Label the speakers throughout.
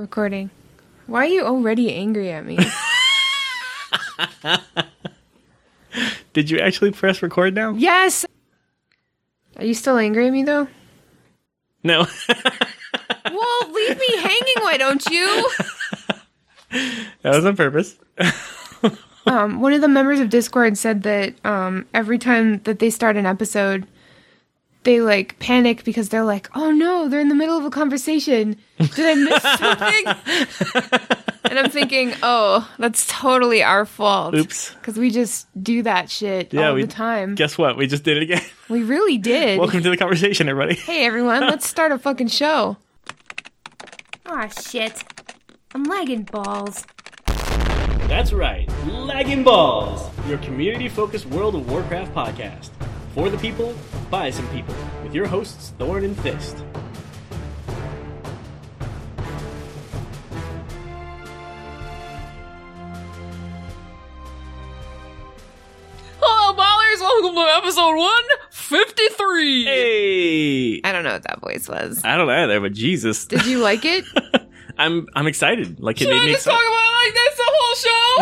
Speaker 1: Recording. Why are you already angry at me?
Speaker 2: Did you actually press record now?
Speaker 1: yes! Are you still angry at me though?
Speaker 2: No.
Speaker 1: Well, leave me hanging, why don't you?
Speaker 2: that was on purpose.
Speaker 1: Um, one of the members of Discord said that um, every time that they start an episode, they like panic because they're like, oh no, they're in the middle of a conversation. Did I miss something? and I'm thinking, oh, that's totally our fault.
Speaker 2: Oops.
Speaker 1: Because we just do that shit all
Speaker 2: we
Speaker 1: the time.
Speaker 2: Guess what? We just did it again.
Speaker 1: we really did.
Speaker 2: Welcome to the conversation, everybody.
Speaker 1: Hey everyone, let's start a fucking show.
Speaker 3: Aw, shit. I'm lagging balls.
Speaker 4: That's right, Lagging Balls, your community focused World of Warcraft podcast. For the people, by some people, with your hosts Thorn and Fist.
Speaker 1: Hello, ballers. Welcome to episode 153.
Speaker 2: Hey.
Speaker 1: I don't know what that voice was.
Speaker 2: I don't know either, but Jesus.
Speaker 1: Did you like it?
Speaker 2: I'm I'm excited. Like it
Speaker 1: Should
Speaker 2: made
Speaker 1: I
Speaker 2: me
Speaker 1: just
Speaker 2: excited.
Speaker 1: talk about it like this the whole show?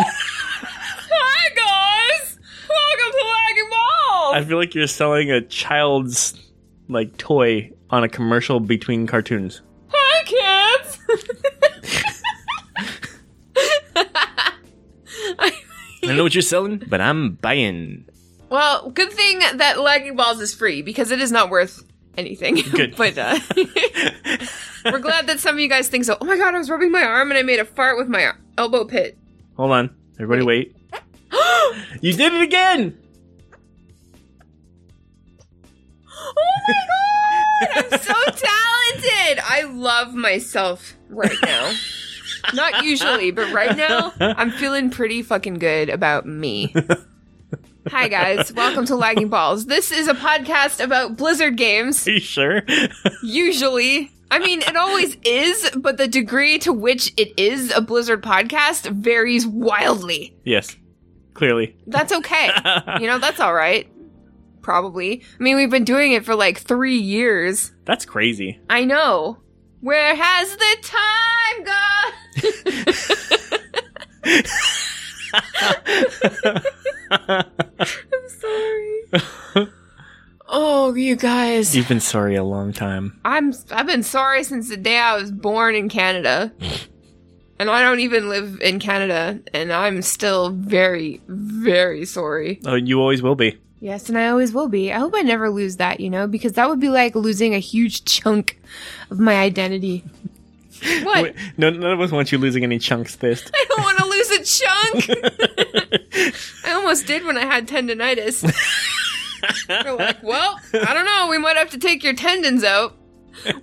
Speaker 1: Hi, guys. Welcome to Lagging Balls.
Speaker 2: I feel like you're selling a child's like toy on a commercial between cartoons.
Speaker 1: Hi, kids.
Speaker 2: I don't know what you're selling, but I'm buying.
Speaker 1: well, good thing that Lagging Balls is free because it is not worth anything.
Speaker 2: Good.
Speaker 1: but uh, we're glad that some of you guys think so. Oh my god, I was rubbing my arm and I made a fart with my elbow pit.
Speaker 2: Hold on. Everybody wait. you did it again.
Speaker 1: Oh I'm so talented. I love myself right now. Not usually, but right now, I'm feeling pretty fucking good about me. Hi, guys. Welcome to Lagging Balls. This is a podcast about Blizzard games,
Speaker 2: Are you sure?
Speaker 1: usually. I mean, it always is, but the degree to which it is a Blizzard podcast varies wildly.
Speaker 2: yes. Clearly.
Speaker 1: That's okay. You know, that's all right. Probably. I mean, we've been doing it for like three years.
Speaker 2: That's crazy.
Speaker 1: I know. Where has the time gone? I'm sorry. Oh, you guys.
Speaker 2: You've been sorry a long time.
Speaker 1: I'm I've been sorry since the day I was born in Canada. and I don't even live in Canada and I'm still very very sorry.
Speaker 2: Oh, you always will be.
Speaker 1: Yes, and I always will be. I hope I never lose that, you know, because that would be like losing a huge chunk of my identity. What?
Speaker 2: Wait, no, none of us want you losing any chunks, Fist.
Speaker 1: I don't want to lose a chunk. I almost did when I had tendonitis. They're like, well, I don't know. We might have to take your tendons out.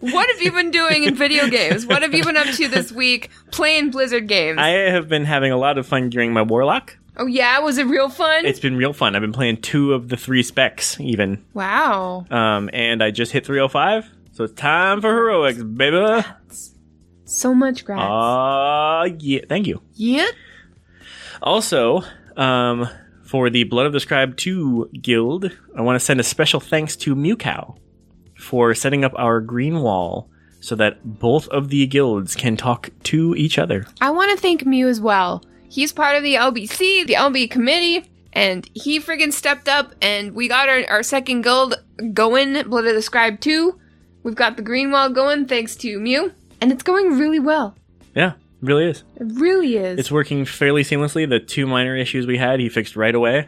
Speaker 1: What have you been doing in video games? What have you been up to this week playing Blizzard games?
Speaker 2: I have been having a lot of fun gearing my warlock.
Speaker 1: oh yeah, was it real fun?
Speaker 2: It's been real fun. I've been playing two of the three specs, even.
Speaker 1: wow,
Speaker 2: Um, and I just hit 305, so it's time for heroics, baby.
Speaker 1: so much grass.
Speaker 2: Ah, yeah. Thank you.
Speaker 1: yep.
Speaker 2: Also, um, for the Blood of the Scribe 2 guild, I want to send a special thanks to Mewcow for setting up our green wall so that both of the guilds can talk to each other.
Speaker 1: I want to thank Mew as well. He's part of the LBC, the LB committee, and he friggin' stepped up and we got our, our second guild going, Blood of the Scribe 2. We've got the green wall going thanks to Mew, and it's going really well.
Speaker 2: Yeah, it really is.
Speaker 1: It really is.
Speaker 2: It's working fairly seamlessly. The two minor issues we had, he fixed right away,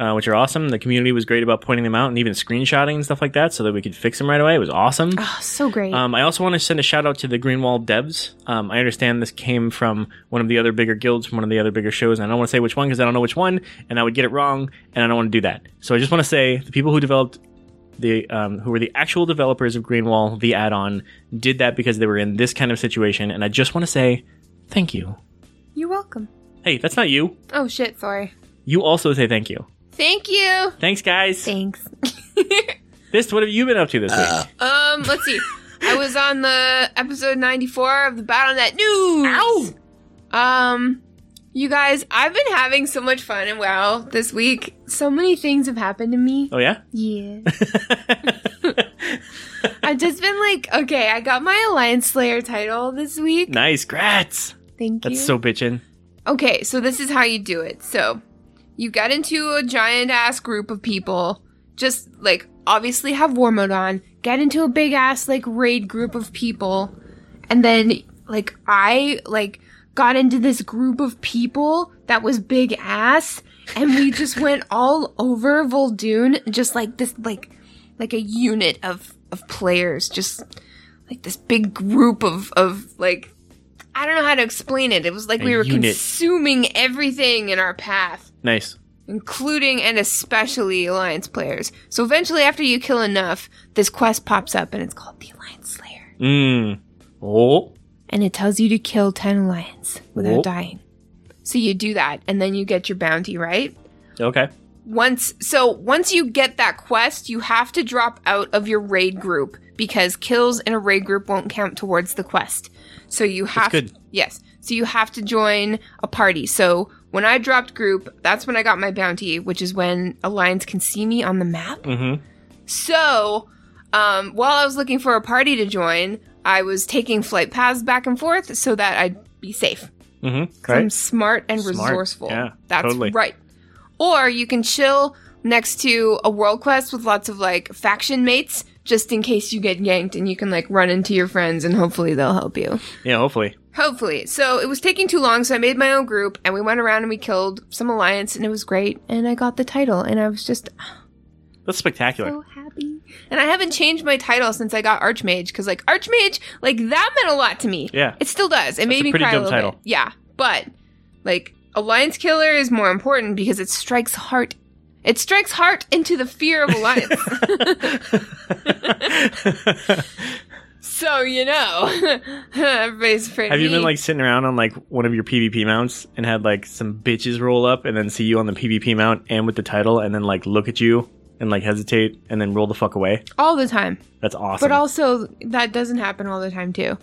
Speaker 2: uh, which are awesome. The community was great about pointing them out and even screenshotting and stuff like that so that we could fix them right away. It was awesome.
Speaker 1: Oh, so great.
Speaker 2: Um, I also want to send a shout out to the Greenwald devs. Um, I understand this came from one of the other bigger guilds, from one of the other bigger shows, and I don't want to say which one because I don't know which one, and I would get it wrong, and I don't want to do that. So I just want to say the people who developed the um, who were the actual developers of Greenwall, the add-on, did that because they were in this kind of situation, and I just want to say thank you.
Speaker 1: You're welcome.
Speaker 2: Hey, that's not you.
Speaker 1: Oh shit, sorry.
Speaker 2: You also say thank you.
Speaker 1: Thank you.
Speaker 2: Thanks, guys.
Speaker 1: Thanks.
Speaker 2: Fist, what have you been up to this week?
Speaker 1: Um, let's see. I was on the episode 94 of the Battle.net News. Ow! Um, you guys, I've been having so much fun and wow this week. So many things have happened to me.
Speaker 2: Oh yeah.
Speaker 1: Yeah. I've just been like, okay, I got my Alliance Slayer title this week.
Speaker 2: nice, grats.
Speaker 1: Thank you.
Speaker 2: That's so bitchin'.
Speaker 1: Okay, so this is how you do it. So you get into a giant ass group of people, just like obviously have war mode on, get into a big ass like raid group of people, and then like I like got into this group of people that was big ass, and we just went all over Voldoon, just like this like like a unit of of players, just like this big group of of like I don't know how to explain it. It was like
Speaker 2: A
Speaker 1: we were
Speaker 2: unit.
Speaker 1: consuming everything in our path,
Speaker 2: Nice.
Speaker 1: including and especially alliance players. So eventually, after you kill enough, this quest pops up and it's called the Alliance Slayer,
Speaker 2: Mmm. Oh.
Speaker 1: and it tells you to kill ten alliance without
Speaker 2: Whoa.
Speaker 1: dying. So you do that, and then you get your bounty, right?
Speaker 2: Okay.
Speaker 1: once so once you get that quest you have to drop out of your raid group because kills in a raid group won't count towards the quest so you have
Speaker 2: good.
Speaker 1: yes so you have to join a party so when i dropped group that's when i got my bounty which is when alliance can see me on the map
Speaker 2: Mm-hmm.
Speaker 1: so, um, while I was looking for a party to join, I was taking flight paths back and forth so that I'd be safe.
Speaker 2: Mm-hmm.
Speaker 1: 'Cause I'm smart and
Speaker 2: Smart.
Speaker 1: resourceful.
Speaker 2: Yeah,
Speaker 1: That's
Speaker 2: totally.
Speaker 1: right. Or you can chill next to a world quest with lots of like faction mates just in case you get yanked and you can like run into your friends and hopefully they'll help you.
Speaker 2: Yeah, hopefully.
Speaker 1: Hopefully. So it was taking too long, so I made my own group and we went around and we killed some alliance and it was great and I got the title and I was just
Speaker 2: That's spectacular.
Speaker 1: so happy. And I haven't changed my title since I got Archmage because, like, Archmage, like that meant a lot to me.
Speaker 2: Yeah.
Speaker 1: it still does. It made
Speaker 2: a
Speaker 1: me
Speaker 2: pretty
Speaker 1: cry a
Speaker 2: dope
Speaker 1: little
Speaker 2: title.
Speaker 1: bit. Yeah, but like Alliance Killer is more important because it strikes heart. It strikes heart into the fear of alliance. so you know, everybody's afraid. of
Speaker 2: Have you
Speaker 1: me.
Speaker 2: been like sitting around on like one of your PvP mounts and had like some bitches roll up and then see you on the PvP mount and with the title and then like look at you and like hesitate and then roll the fuck away?
Speaker 1: all the time?
Speaker 2: That's awesome.
Speaker 1: But also, that doesn't happen all the time too.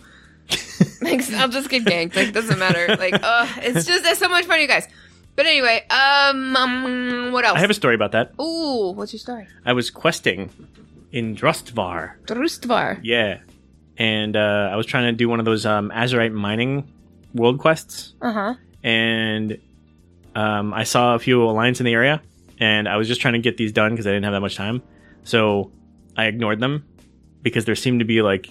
Speaker 1: like I'll just get ganked. Like doesn't matter. Like uh, it's just it's so much fun, you guys. But anyway, um, um, what else?
Speaker 2: I have a story about that.
Speaker 1: Ooh, what's your story?
Speaker 2: I was questing in Drustvar.
Speaker 1: Drustvar.
Speaker 2: Yeah. And uh, I was trying to do one of those um, Azurite mining world quests.
Speaker 1: Uh huh.
Speaker 2: and um, I saw a few alliance in the area, and I was just trying to get these done because I didn't have that much time. So I ignored them because there seemed to be like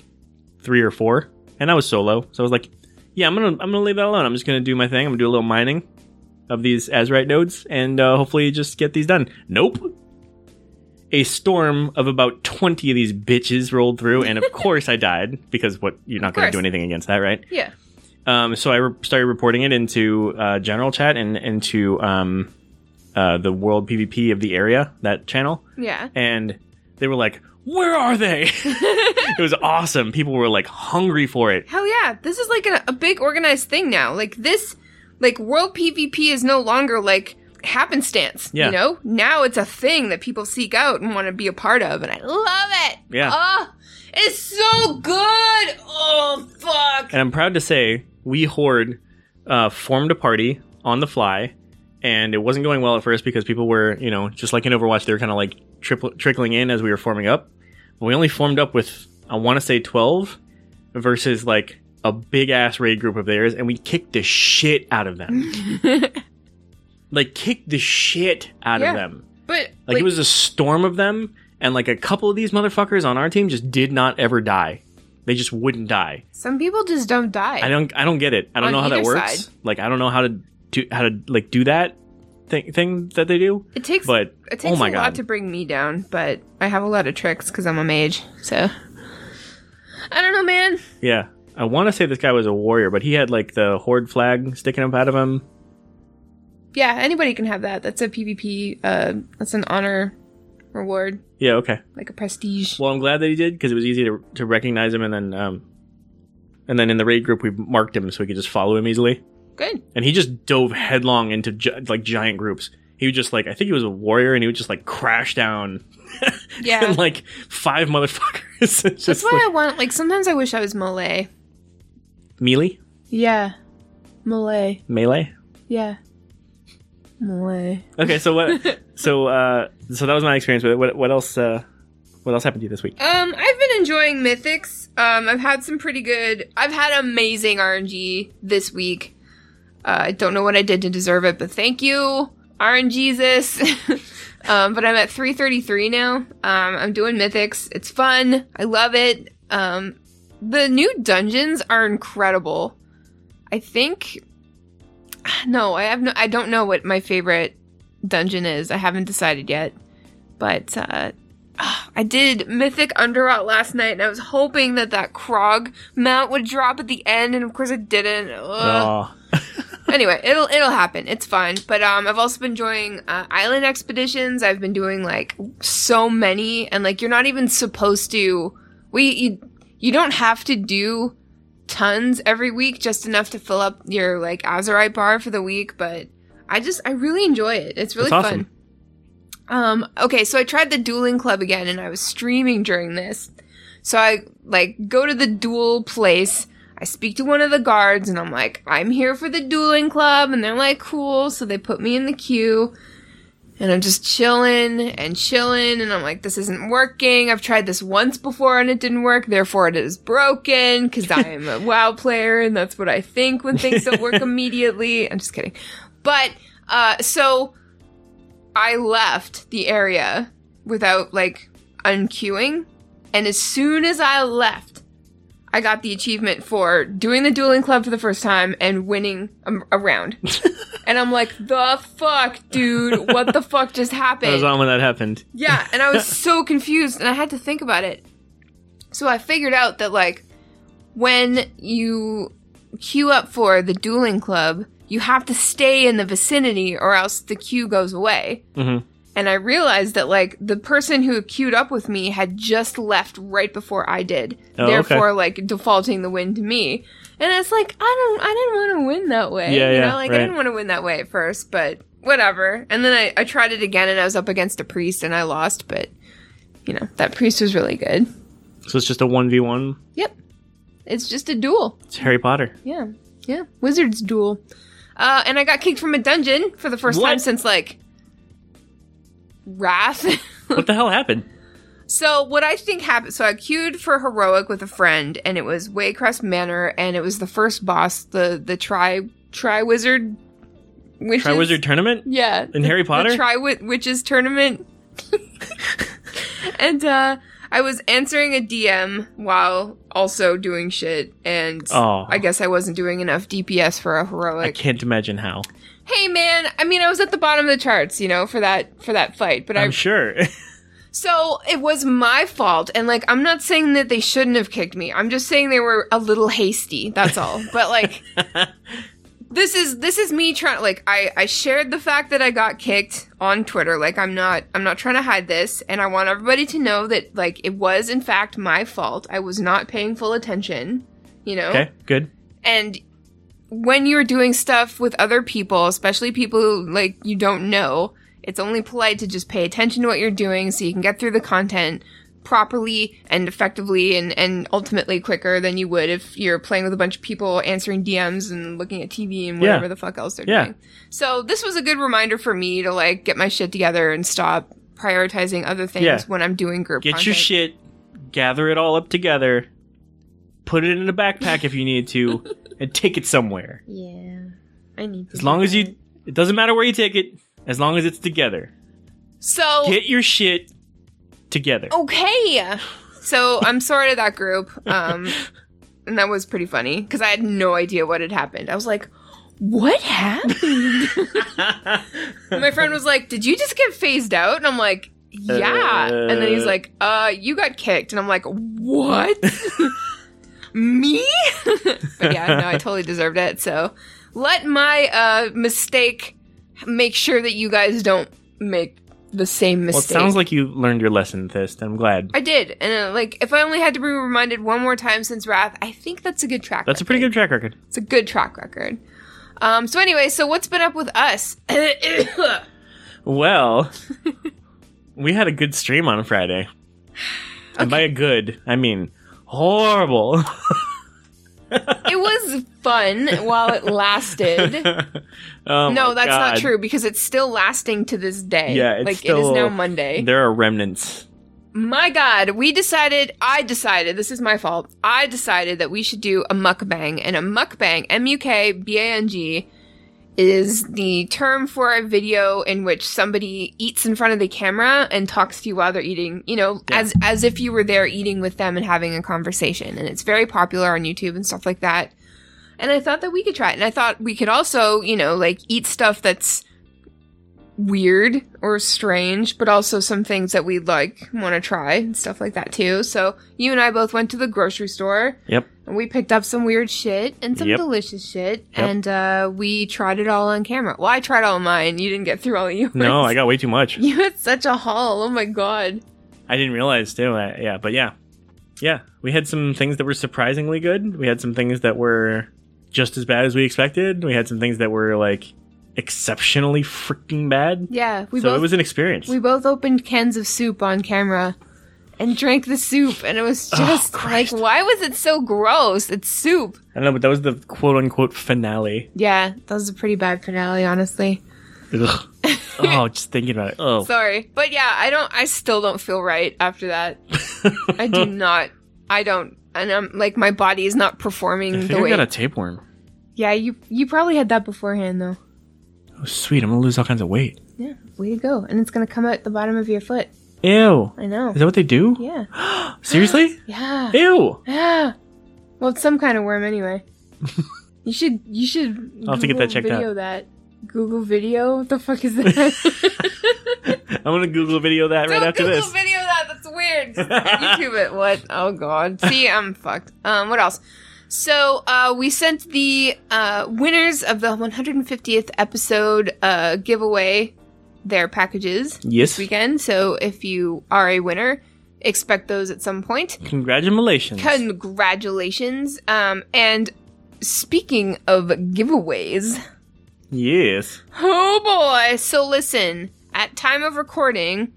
Speaker 2: three or four, and I was solo. So I was like, "Yeah, I'm gonna I'm gonna leave that alone. I'm just gonna do my thing. I'm gonna do a little mining of these Azurite nodes, and uh, hopefully just get these done." Nope. A storm of about twenty of these bitches rolled through, and of course I died because what you're not going to
Speaker 1: course.
Speaker 2: do anything against that, right?
Speaker 1: Yeah.
Speaker 2: Um, so I re- started reporting it into uh, general chat and into um, uh, the world PvP of the area that channel,
Speaker 1: Yeah.
Speaker 2: and they were like, "Where are they?" it was awesome. People were like hungry for it.
Speaker 1: Hell yeah! This is like a, a big organized thing now. Like this, like world PvP is no longer like happenstance.
Speaker 2: Yeah.
Speaker 1: You know, now it's a thing that people seek out and want to be a part of, and I love it.
Speaker 2: Yeah.
Speaker 1: Oh, it's so good. Oh fuck.
Speaker 2: And I'm proud to say we Horde uh, formed a party on the fly, and it wasn't going well at first because people were, you know, just like in Overwatch, they were kind of like triple- trickling in as we were forming up. But we only formed up with, I want to say 12 versus like a big ass raid group of theirs, and we kicked the shit out of them. like, kicked the shit out
Speaker 1: Yeah.
Speaker 2: of them.
Speaker 1: But
Speaker 2: Like, it was a storm of them, and like a couple of these motherfuckers on our team just did not ever die. They just wouldn't die.
Speaker 1: Some people just don't die.
Speaker 2: I don't I don't get it. I don't
Speaker 1: On
Speaker 2: know how that
Speaker 1: either
Speaker 2: works.
Speaker 1: side.
Speaker 2: Like I don't know how to do how to like do that thing thing that they do.
Speaker 1: it takes
Speaker 2: But
Speaker 1: it takes
Speaker 2: oh my
Speaker 1: a
Speaker 2: god.
Speaker 1: lot to bring me down, but I have a lot of tricks because I'm a mage. So I don't know, man.
Speaker 2: yeah. I want to say this guy was a warrior, but he had like the horde flag sticking up out of him.
Speaker 1: Yeah, anybody can have that. That's a PvP. Uh, that's an honor reward,
Speaker 2: Yeah, okay.
Speaker 1: like a prestige.
Speaker 2: Well, I'm glad that he did because it was easy to, to recognize him and then um and then in the raid group we marked him so we could just follow him easily.
Speaker 1: Good.
Speaker 2: And he just dove headlong into gi- like giant groups. He would just like I think he was a warrior and he would just like crash down
Speaker 1: Yeah.
Speaker 2: and like five motherfuckers. It's
Speaker 1: that's
Speaker 2: just
Speaker 1: why
Speaker 2: like,
Speaker 1: I want. Like sometimes I wish I was melee.
Speaker 2: melee,
Speaker 1: Yeah, melee.
Speaker 2: melee.
Speaker 1: Yeah, melee.
Speaker 2: Okay, so what? so uh, so that was my experience with it. What, what else? Uh, what else happened to you this week?
Speaker 1: Um, I've been enjoying Mythics. Um, I've had some pretty good. I've had amazing RNG this week. Uh, I don't know what I did to deserve it, but thank you, RNGesus. um, but I'm at 333 now. Um, I'm doing Mythics. It's fun. I love it. Um, the new dungeons are incredible. I think. No, I have no. I don't know what my favorite dungeon is. I haven't decided yet. But uh, I did Mythic Underrot last night, and I was hoping that that Krog mount would drop at the end, and of course it didn't. Ugh.
Speaker 2: Oh,
Speaker 1: Anyway, it'll it'll happen. It's fine. But um, I've also been enjoying uh, island expeditions. I've been doing like so many, and like you're not even supposed to. We you, you don't have to do tons every week, just enough to fill up your like Azurite bar for the week. But I just I really enjoy it. It's really
Speaker 2: That's
Speaker 1: fun.
Speaker 2: awesome.
Speaker 1: Um, okay, so I tried the dueling club again and I was streaming during this. So I like go to the duel place. I speak to one of the guards and I'm like, I'm here for the dueling club. And they're like, cool. So they put me in the queue and I'm just chilling and chilling. And I'm like, this isn't working. I've tried this once before and it didn't work. Therefore it is broken because I am a WoW player and that's what I think when things don't work immediately. I'm just kidding. But, uh, so I left the area without like unqueuing, and as soon as I left, I got the achievement for doing the dueling club for the first time and winning a, a round. and I'm like, the fuck, dude, what the fuck just
Speaker 2: I
Speaker 1: happened?
Speaker 2: was on when that happened.
Speaker 1: Yeah, and I was so confused and I had to think about it. So I figured out that like when you queue up for the dueling club, you have to stay in the vicinity or else the queue goes away.
Speaker 2: Mhm.
Speaker 1: And I realized that like the person who queued up with me had just left right before I did,
Speaker 2: Oh, okay.
Speaker 1: therefore like defaulting the win to me. And it's like I don't, I didn't want to win that way.
Speaker 2: Yeah,
Speaker 1: you
Speaker 2: yeah,
Speaker 1: know, like I
Speaker 2: right.
Speaker 1: didn't want to win that way at first, but whatever. And then I, I tried it again, and I was up against a priest, and I lost. But you know, that priest was really good.
Speaker 2: So it's just a one v one.
Speaker 1: Yep, it's just a duel.
Speaker 2: It's Harry Potter.
Speaker 1: Yeah, yeah, wizard's duel. Uh, and I got kicked from a dungeon for the first
Speaker 2: What?
Speaker 1: time since like Wrath.
Speaker 2: What the hell happened?
Speaker 1: So what I think happened, so I queued for heroic with a friend, and it was Waycrest Manor, and it was the first boss, the the tri tri wizard,
Speaker 2: Try Wizard Tournament.
Speaker 1: yeah,
Speaker 2: In Harry Potter?
Speaker 1: the tri witches tournament, and uh, I was answering a DM while also doing shit, and
Speaker 2: Oh.
Speaker 1: I guess I wasn't doing enough DPS for a heroic
Speaker 2: I can't imagine how.
Speaker 1: hey man i mean i was at the bottom of the charts you know for that for that fight but i
Speaker 2: I'm sure.
Speaker 1: so it was my fault and like i'm not saying that they shouldn't have kicked me i'm just saying they were a little hasty that's all but like this is this is me trying like i i shared the fact that i got kicked on twitter like i'm not i'm not trying to hide this and i want everybody to know that like it was in fact my fault i was not paying full attention you know
Speaker 2: okay, good.
Speaker 1: and when you're doing stuff with other people, especially people who, like you don't know, it's only polite to just pay attention to what you're doing so you can get through the content properly and effectively and, and ultimately quicker than you would if you're playing with a bunch of people answering DMs and looking at TV and
Speaker 2: Yeah.
Speaker 1: whatever the fuck else they're
Speaker 2: Yeah.
Speaker 1: doing. So this was a good reminder for me to like get my shit together and stop prioritizing other things
Speaker 2: Yeah.
Speaker 1: when I'm doing group
Speaker 2: Get
Speaker 1: content.
Speaker 2: your shit, gather it all up together, put it in a backpack if you need to, and take it somewhere.
Speaker 3: Yeah. I need to.
Speaker 2: As
Speaker 3: do
Speaker 2: long as
Speaker 3: that.
Speaker 2: you, it doesn't matter where you take it, as long as it's together.
Speaker 1: so
Speaker 2: Get your shit together.
Speaker 1: okay so i'm sorry to that group um and that was pretty funny because i had no idea what had happened i was like what happened And my friend was like did you just get phased out and i'm like yeah and then he's like uh you got kicked and i'm like what me but yeah no i totally deserved it so let my uh mistake make sure that you guys don't make the same
Speaker 2: Well, it
Speaker 1: mistake
Speaker 2: sounds like you learned your lesson, Thist. I'm glad.
Speaker 1: I did, and uh, like if I only had to be reminded one more time since Wrath, I think that's a good track.
Speaker 2: That's a pretty good track record.
Speaker 1: It's a good track record. Um. So anyway, so what's been up with us? okay.
Speaker 2: Well, we had a good stream on Friday. And by a good, I mean horrible.
Speaker 1: It was fun while it lasted.
Speaker 2: Oh my
Speaker 1: no, that's not
Speaker 2: God.
Speaker 1: true because it's still lasting to this day.
Speaker 2: Yeah, it's
Speaker 1: like it
Speaker 2: still-
Speaker 1: is now Monday.
Speaker 2: There are remnants
Speaker 1: my God, we decided, I decided, this is my fault. I decided that we should do a mukbang. And a mukbang, M U K B A N G, is the term for a video in which somebody eats in front of the camera and talks to you while they're eating, you know,
Speaker 2: Yeah.
Speaker 1: as, as if you were there eating with them and having a conversation. And it's very popular on YouTube and stuff like that. And I thought that we could try it. And I thought we could also, you know, like eat stuff that's weird or strange, but also some things that we'd like want to try and stuff like that too. So you and I both went to the grocery store
Speaker 2: Yep.
Speaker 1: and we picked up some weird shit and some
Speaker 2: Yep.
Speaker 1: delicious shit,
Speaker 2: Yep.
Speaker 1: and uh, we tried it all on camera. Well, I tried all mine. You didn't get through all of yours.
Speaker 2: No, I got way too much.
Speaker 1: You had such a haul. Oh my god.
Speaker 2: I didn't realize too. I, yeah, but yeah, yeah. We had some things that were surprisingly good. We had some things that were just as bad as we expected. We had some things that were like exceptionally freaking bad.
Speaker 1: Yeah, we
Speaker 2: so
Speaker 1: both
Speaker 2: it was an experience.
Speaker 1: we both opened cans of soup on camera. And drank the soup, and it was
Speaker 2: Oh,
Speaker 1: just like,
Speaker 2: Christ.
Speaker 1: why was it so gross? It's soup.
Speaker 2: I don't know, but that was the quote unquote finale.
Speaker 1: Yeah, that was a pretty bad finale, honestly.
Speaker 2: Ugh. oh, just thinking about it. Oh,
Speaker 1: Sorry. But yeah, I don't I still don't feel right after that. I do not I don't and I'm like my body is not
Speaker 2: I
Speaker 1: performing
Speaker 2: think
Speaker 1: the
Speaker 2: I
Speaker 1: way
Speaker 2: got a tapeworm.
Speaker 1: Yeah, you you probably had that beforehand though.
Speaker 2: Oh, sweet. I'm gonna lose all kinds of weight.
Speaker 1: Yeah. Way to go. And it's gonna come out the bottom of your foot.
Speaker 2: Ew.
Speaker 1: I know.
Speaker 2: Is that what they do?
Speaker 1: Yeah.
Speaker 2: Seriously?
Speaker 1: Yeah.
Speaker 2: Ew.
Speaker 1: Yeah. Well it's some kind of worm anyway. you should you should
Speaker 2: I'll have to get that
Speaker 1: Google
Speaker 2: checked
Speaker 1: video that. Google video? What the fuck is that?
Speaker 2: I'm gonna Google video that right
Speaker 1: Don't
Speaker 2: after
Speaker 1: Google
Speaker 2: this.
Speaker 1: video that. That's weird. Just YouTube it. What? Oh god. See, I'm fucked. Um, what else? So uh, we sent the uh, winners of the 150th episode uh, giveaway their packages
Speaker 2: yes.
Speaker 1: this weekend. So if you are a winner, expect those at some point.
Speaker 2: Congratulations.
Speaker 1: Congratulations. Um, and speaking of giveaways.
Speaker 2: yes.
Speaker 1: Oh boy. So listen, at time of recording,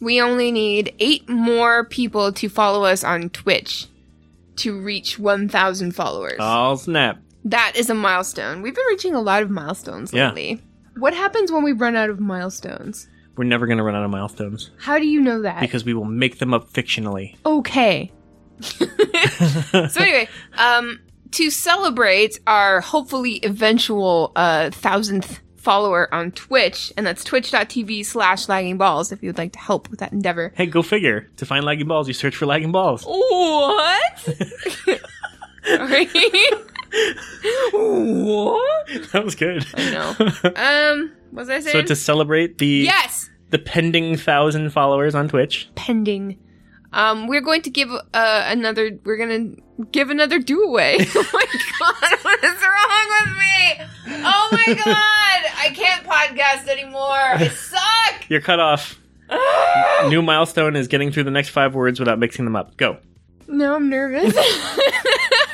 Speaker 1: we only need 8 more people to follow us on Twitch to reach 1000 followers.
Speaker 2: Oh snap.
Speaker 1: that is a milestone. We've been reaching a lot of milestones
Speaker 2: Yeah.
Speaker 1: lately. What happens when we run out of milestones?
Speaker 2: We're never gonna run out of milestones
Speaker 1: How do you know that?
Speaker 2: because we will make them up fictionally.
Speaker 1: okay. so anyway, um, to celebrate our hopefully eventual uh, thousandth follower on Twitch, and that's twitch.tv slash lagging balls if you would like to help with that endeavor.
Speaker 2: hey, go figure. To find lagging balls, you search for lagging balls.
Speaker 1: What? Sorry. what?
Speaker 2: That was good.
Speaker 1: I know. Um, was I saying?
Speaker 2: so to celebrate the
Speaker 1: yes,
Speaker 2: the pending thousand followers on Twitch,
Speaker 1: pending. Um, we're going to give uh, another. We're gonna give another do away. oh my god, what is wrong with me? Oh my god, I can't podcast anymore. I suck.
Speaker 2: you're cut off. New milestone is getting through the next five words without mixing them up. Go.
Speaker 1: No, I'm nervous.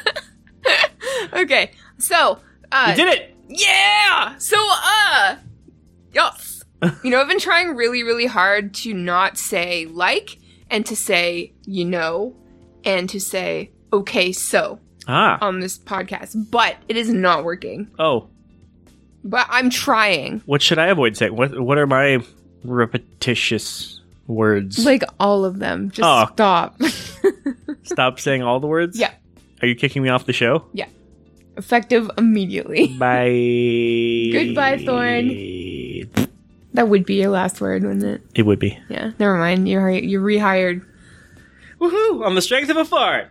Speaker 1: okay, so
Speaker 2: You
Speaker 1: uh,
Speaker 2: did it.
Speaker 1: yeah. So uh, yes. you know, I've been trying really, really hard to not say like and to say you know and to say okay so
Speaker 2: Ah.
Speaker 1: on this podcast, but it is not working.
Speaker 2: Oh.
Speaker 1: But I'm trying.
Speaker 2: What should I avoid saying? What What are my repetitious words?
Speaker 1: Like all of them. Just
Speaker 2: Oh.
Speaker 1: stop.
Speaker 2: Stop saying all the words.
Speaker 1: Yeah.
Speaker 2: Are you kicking me off the show?
Speaker 1: Effective immediately.
Speaker 2: Bye.
Speaker 1: Goodbye, Thorn.
Speaker 2: It
Speaker 1: That would be your last word, wouldn't it?
Speaker 2: would be.
Speaker 1: Yeah. Never mind. You're you're rehired.
Speaker 2: Woohoo! On the strength of a fart.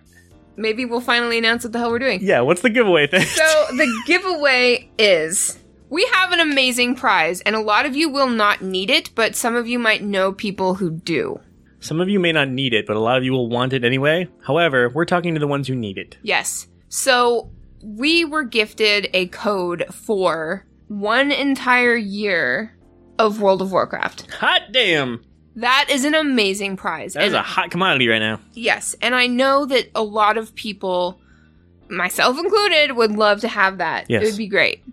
Speaker 1: Maybe we'll finally announce what the hell we're doing.
Speaker 2: Yeah. What's the giveaway thing?
Speaker 1: So the giveaway is we have an amazing prize, and a lot of you will not need it, but some of you might know people who do.
Speaker 2: Some of you may not need it, but a lot of you will want it anyway. However, we're talking to the ones who need it.
Speaker 1: Yes. So we were gifted a code for one entire year of World of Warcraft.
Speaker 2: Hot damn!
Speaker 1: That is an amazing prize.
Speaker 2: That is
Speaker 1: and,
Speaker 2: a hot commodity right now.
Speaker 1: yes, and I know that a lot of people, myself included, would love to have that.
Speaker 2: Yes.
Speaker 1: It would be great.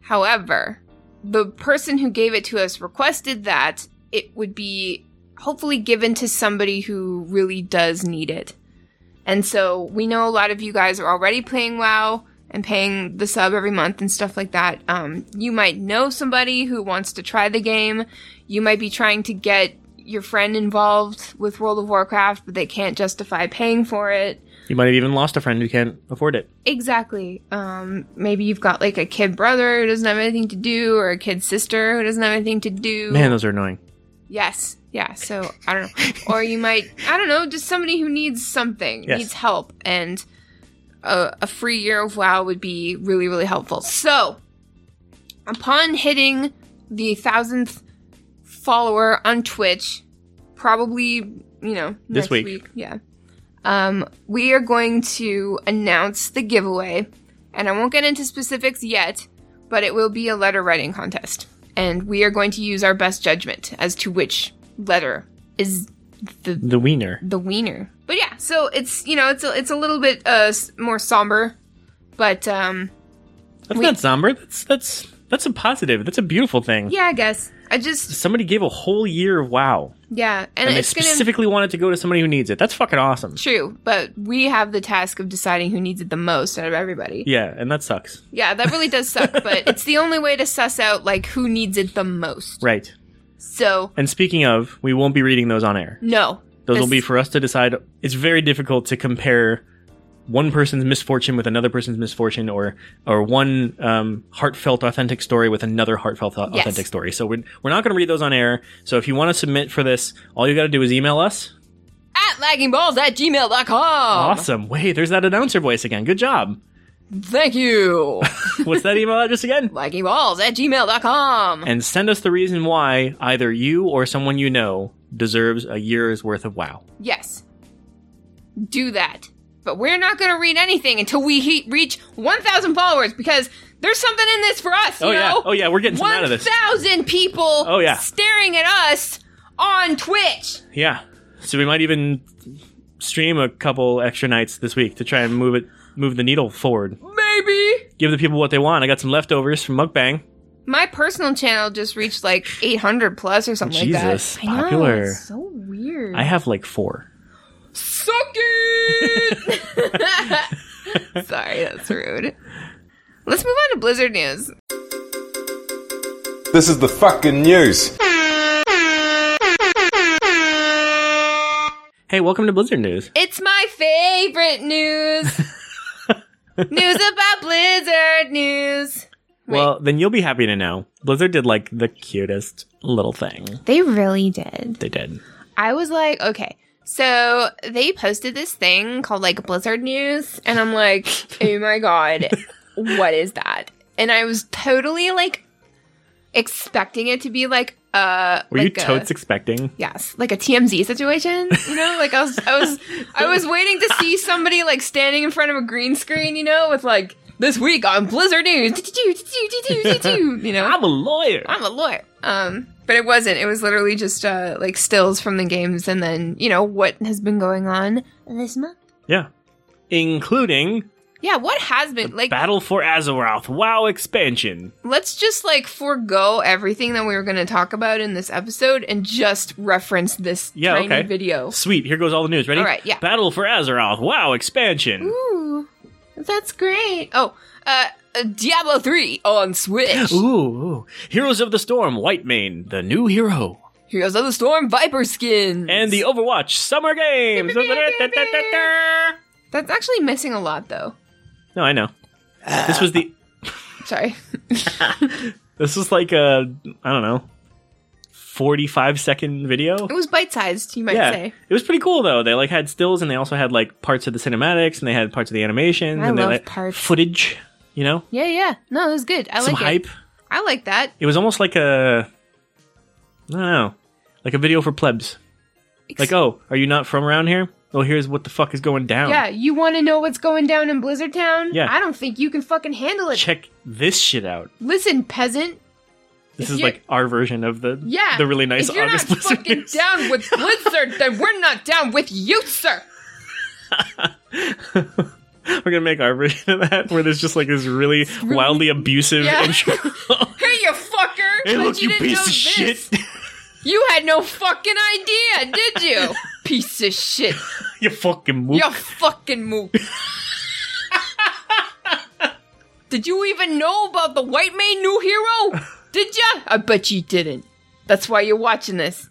Speaker 1: However, the person who gave it to us requested that it would be hopefully given to somebody who really does need it. And so we know a lot of you guys are already playing WoW and paying the sub every month and stuff like that. Um, you might know somebody who wants to try the game. You might be trying to get your friend involved with World of Warcraft, but they can't justify paying for it.
Speaker 2: You might have even lost a friend who can't afford it.
Speaker 1: Exactly. Um, maybe you've got like a kid brother who doesn't have anything to do, or a kid sister who doesn't have anything to do.
Speaker 2: Man, those are annoying.
Speaker 1: Yes. Yeah. So I don't know. or you might, I don't know, just somebody who needs something,
Speaker 2: Yes.
Speaker 1: needs help. And a, a free year of WoW would be really, really helpful. So upon hitting the thousandth follower on Twitch, probably, you know,
Speaker 2: This
Speaker 1: next
Speaker 2: week.
Speaker 1: Yeah. Um, we are going to announce the giveaway. And I won't get into specifics yet, but it will be a letter writing contest. And we are going to use our best judgment as to which letter is the
Speaker 2: The wiener.
Speaker 1: the wiener. But yeah, so it's you know it's a, it's a little bit uh s- more somber, but um
Speaker 2: That's
Speaker 1: We-
Speaker 2: not somber. That's that's that's a positive. That's a beautiful thing.
Speaker 1: yeah I guess I just
Speaker 2: Somebody gave a whole year of WoW,
Speaker 1: yeah and,
Speaker 2: and they
Speaker 1: it's gonna
Speaker 2: specifically wanted to go to somebody who needs it. That's fucking awesome.
Speaker 1: true, but we have the task of deciding who needs it the most out of everybody.
Speaker 2: Yeah, and that sucks.
Speaker 1: Yeah, that really does suck, but it's the only way to suss out like who needs it the most.
Speaker 2: Right.
Speaker 1: So
Speaker 2: And speaking of, we won't be reading those on air.
Speaker 1: no,
Speaker 2: Those
Speaker 1: This-
Speaker 2: will be for us to decide. It's very difficult to compare one person's misfortune with another person's misfortune, or or one um, heartfelt, authentic story with another heartfelt, au-
Speaker 1: Yes.
Speaker 2: authentic story. So we're we're not going to read those on air. So if you want to submit for this, all you got to do is email us.
Speaker 1: at laggingballs at gmail.com.
Speaker 2: awesome! Wait, there's that announcer voice again. Good job.
Speaker 1: Thank you.
Speaker 2: What's that email address again?
Speaker 1: laggingballs at gmail.com.
Speaker 2: And send us the reason why either you or someone you know deserves a year's worth of wow.
Speaker 1: Yes. Do that. But we're not going to read anything until we he- reach 1,000 followers because there's something in this for us, you
Speaker 2: Oh
Speaker 1: know?
Speaker 2: yeah, oh yeah, we're getting something out of this.
Speaker 1: 1,000 people
Speaker 2: Oh, yeah.
Speaker 1: staring at us on Twitch.
Speaker 2: Yeah. So we might even stream a couple extra nights this week to try and move it move the needle forward.
Speaker 1: Maybe.
Speaker 2: Give the people what they want. I got some leftovers from Mukbang.
Speaker 1: My personal channel just reached like 800 plus or something
Speaker 2: Jesus,
Speaker 1: like that. Oh I know,
Speaker 2: popular.
Speaker 1: it's so weird.
Speaker 2: I have like 4.
Speaker 1: Suck it! Sorry, that's rude. Let's move on to Blizzard news.
Speaker 5: This is the fucking news.
Speaker 2: Hey, welcome to Blizzard News.
Speaker 1: It's my favorite news. news about Blizzard news.
Speaker 2: Well, then you'll be happy to know. Blizzard did like the cutest little thing
Speaker 1: They really did.
Speaker 2: they did.
Speaker 1: I was like, okay. So they posted this thing called like Blizzard news, and I'm like, oh my god, what is that? And I was totally like expecting it to be like uh
Speaker 2: Were
Speaker 1: like
Speaker 2: you
Speaker 1: a-
Speaker 2: totes expecting?
Speaker 1: Yes, like a TMZ situation, you know. Like I was, I was, I was waiting to see somebody like standing in front of a green screen, you know, with like this week on Blizzard News, you know.
Speaker 2: I'm a lawyer.
Speaker 1: I'm a lawyer, um, but it wasn't. It was literally just uh, like stills from the games, and then you know what has been going on this month.
Speaker 2: Yeah. Including
Speaker 1: Yeah, what has been like?
Speaker 2: Battle for Azeroth WoW expansion.
Speaker 1: Let's just like forego everything that we were going to talk about in this episode and just reference this
Speaker 2: Yeah,
Speaker 1: tiny
Speaker 2: okay.
Speaker 1: video.
Speaker 2: Sweet, here goes all the news. Ready?
Speaker 1: All right, yeah.
Speaker 2: Battle for Azeroth WoW expansion.
Speaker 1: Ooh, that's great. Oh, uh, uh, Diablo 3 on Switch.
Speaker 2: Ooh, ooh. Heroes of the Storm, White Mane, the new hero.
Speaker 1: Heroes of the Storm Viper skin.
Speaker 2: And the Overwatch Summer Games.
Speaker 1: That's actually missing a lot, though.
Speaker 2: no, I know. This was the
Speaker 1: Sorry.
Speaker 2: this was like a I don't know 45 second video.
Speaker 1: It was bite sized, you might
Speaker 2: Yeah.
Speaker 1: say.
Speaker 2: It was pretty cool though. They like had stills and they also had like parts of the cinematics and they had parts of the animations
Speaker 1: I
Speaker 2: and
Speaker 1: love
Speaker 2: they like
Speaker 1: parts.
Speaker 2: footage, you know?
Speaker 1: Yeah, yeah. No, it was good. I
Speaker 2: Some
Speaker 1: like
Speaker 2: hype.
Speaker 1: it. I like that.
Speaker 2: It was almost like a I don't know. Like a video for plebs. Like, oh, are you not from around here? Well, here's what the fuck is going down.
Speaker 1: Yeah, you want to know what's going down in Blizzard Town?
Speaker 2: Yeah.
Speaker 1: I don't think you can fucking handle it.
Speaker 2: Check this shit out.
Speaker 1: Listen, peasant.
Speaker 2: This
Speaker 1: If
Speaker 2: is
Speaker 1: you're-
Speaker 2: like our version of the
Speaker 1: Yeah.
Speaker 2: the really nice
Speaker 1: If you're
Speaker 2: August
Speaker 1: not
Speaker 2: Blizzard
Speaker 1: fucking
Speaker 2: news.
Speaker 1: down with Blizzard, then we're not down with you, sir.
Speaker 2: We're gonna make our version of that where there's just like this really, wildly abusive
Speaker 1: Yeah.
Speaker 2: intro.
Speaker 1: Hey, you fucker!
Speaker 2: hey,
Speaker 1: But
Speaker 2: look, you,
Speaker 1: didn't
Speaker 2: piece
Speaker 1: know
Speaker 2: of
Speaker 1: this.
Speaker 2: shit!
Speaker 1: You had no fucking idea, did you? Piece of shit.
Speaker 2: you fucking mook.
Speaker 1: You fucking mook. did you even know about the white man new hero? Did ya? I bet you didn't. That's why you're watching this.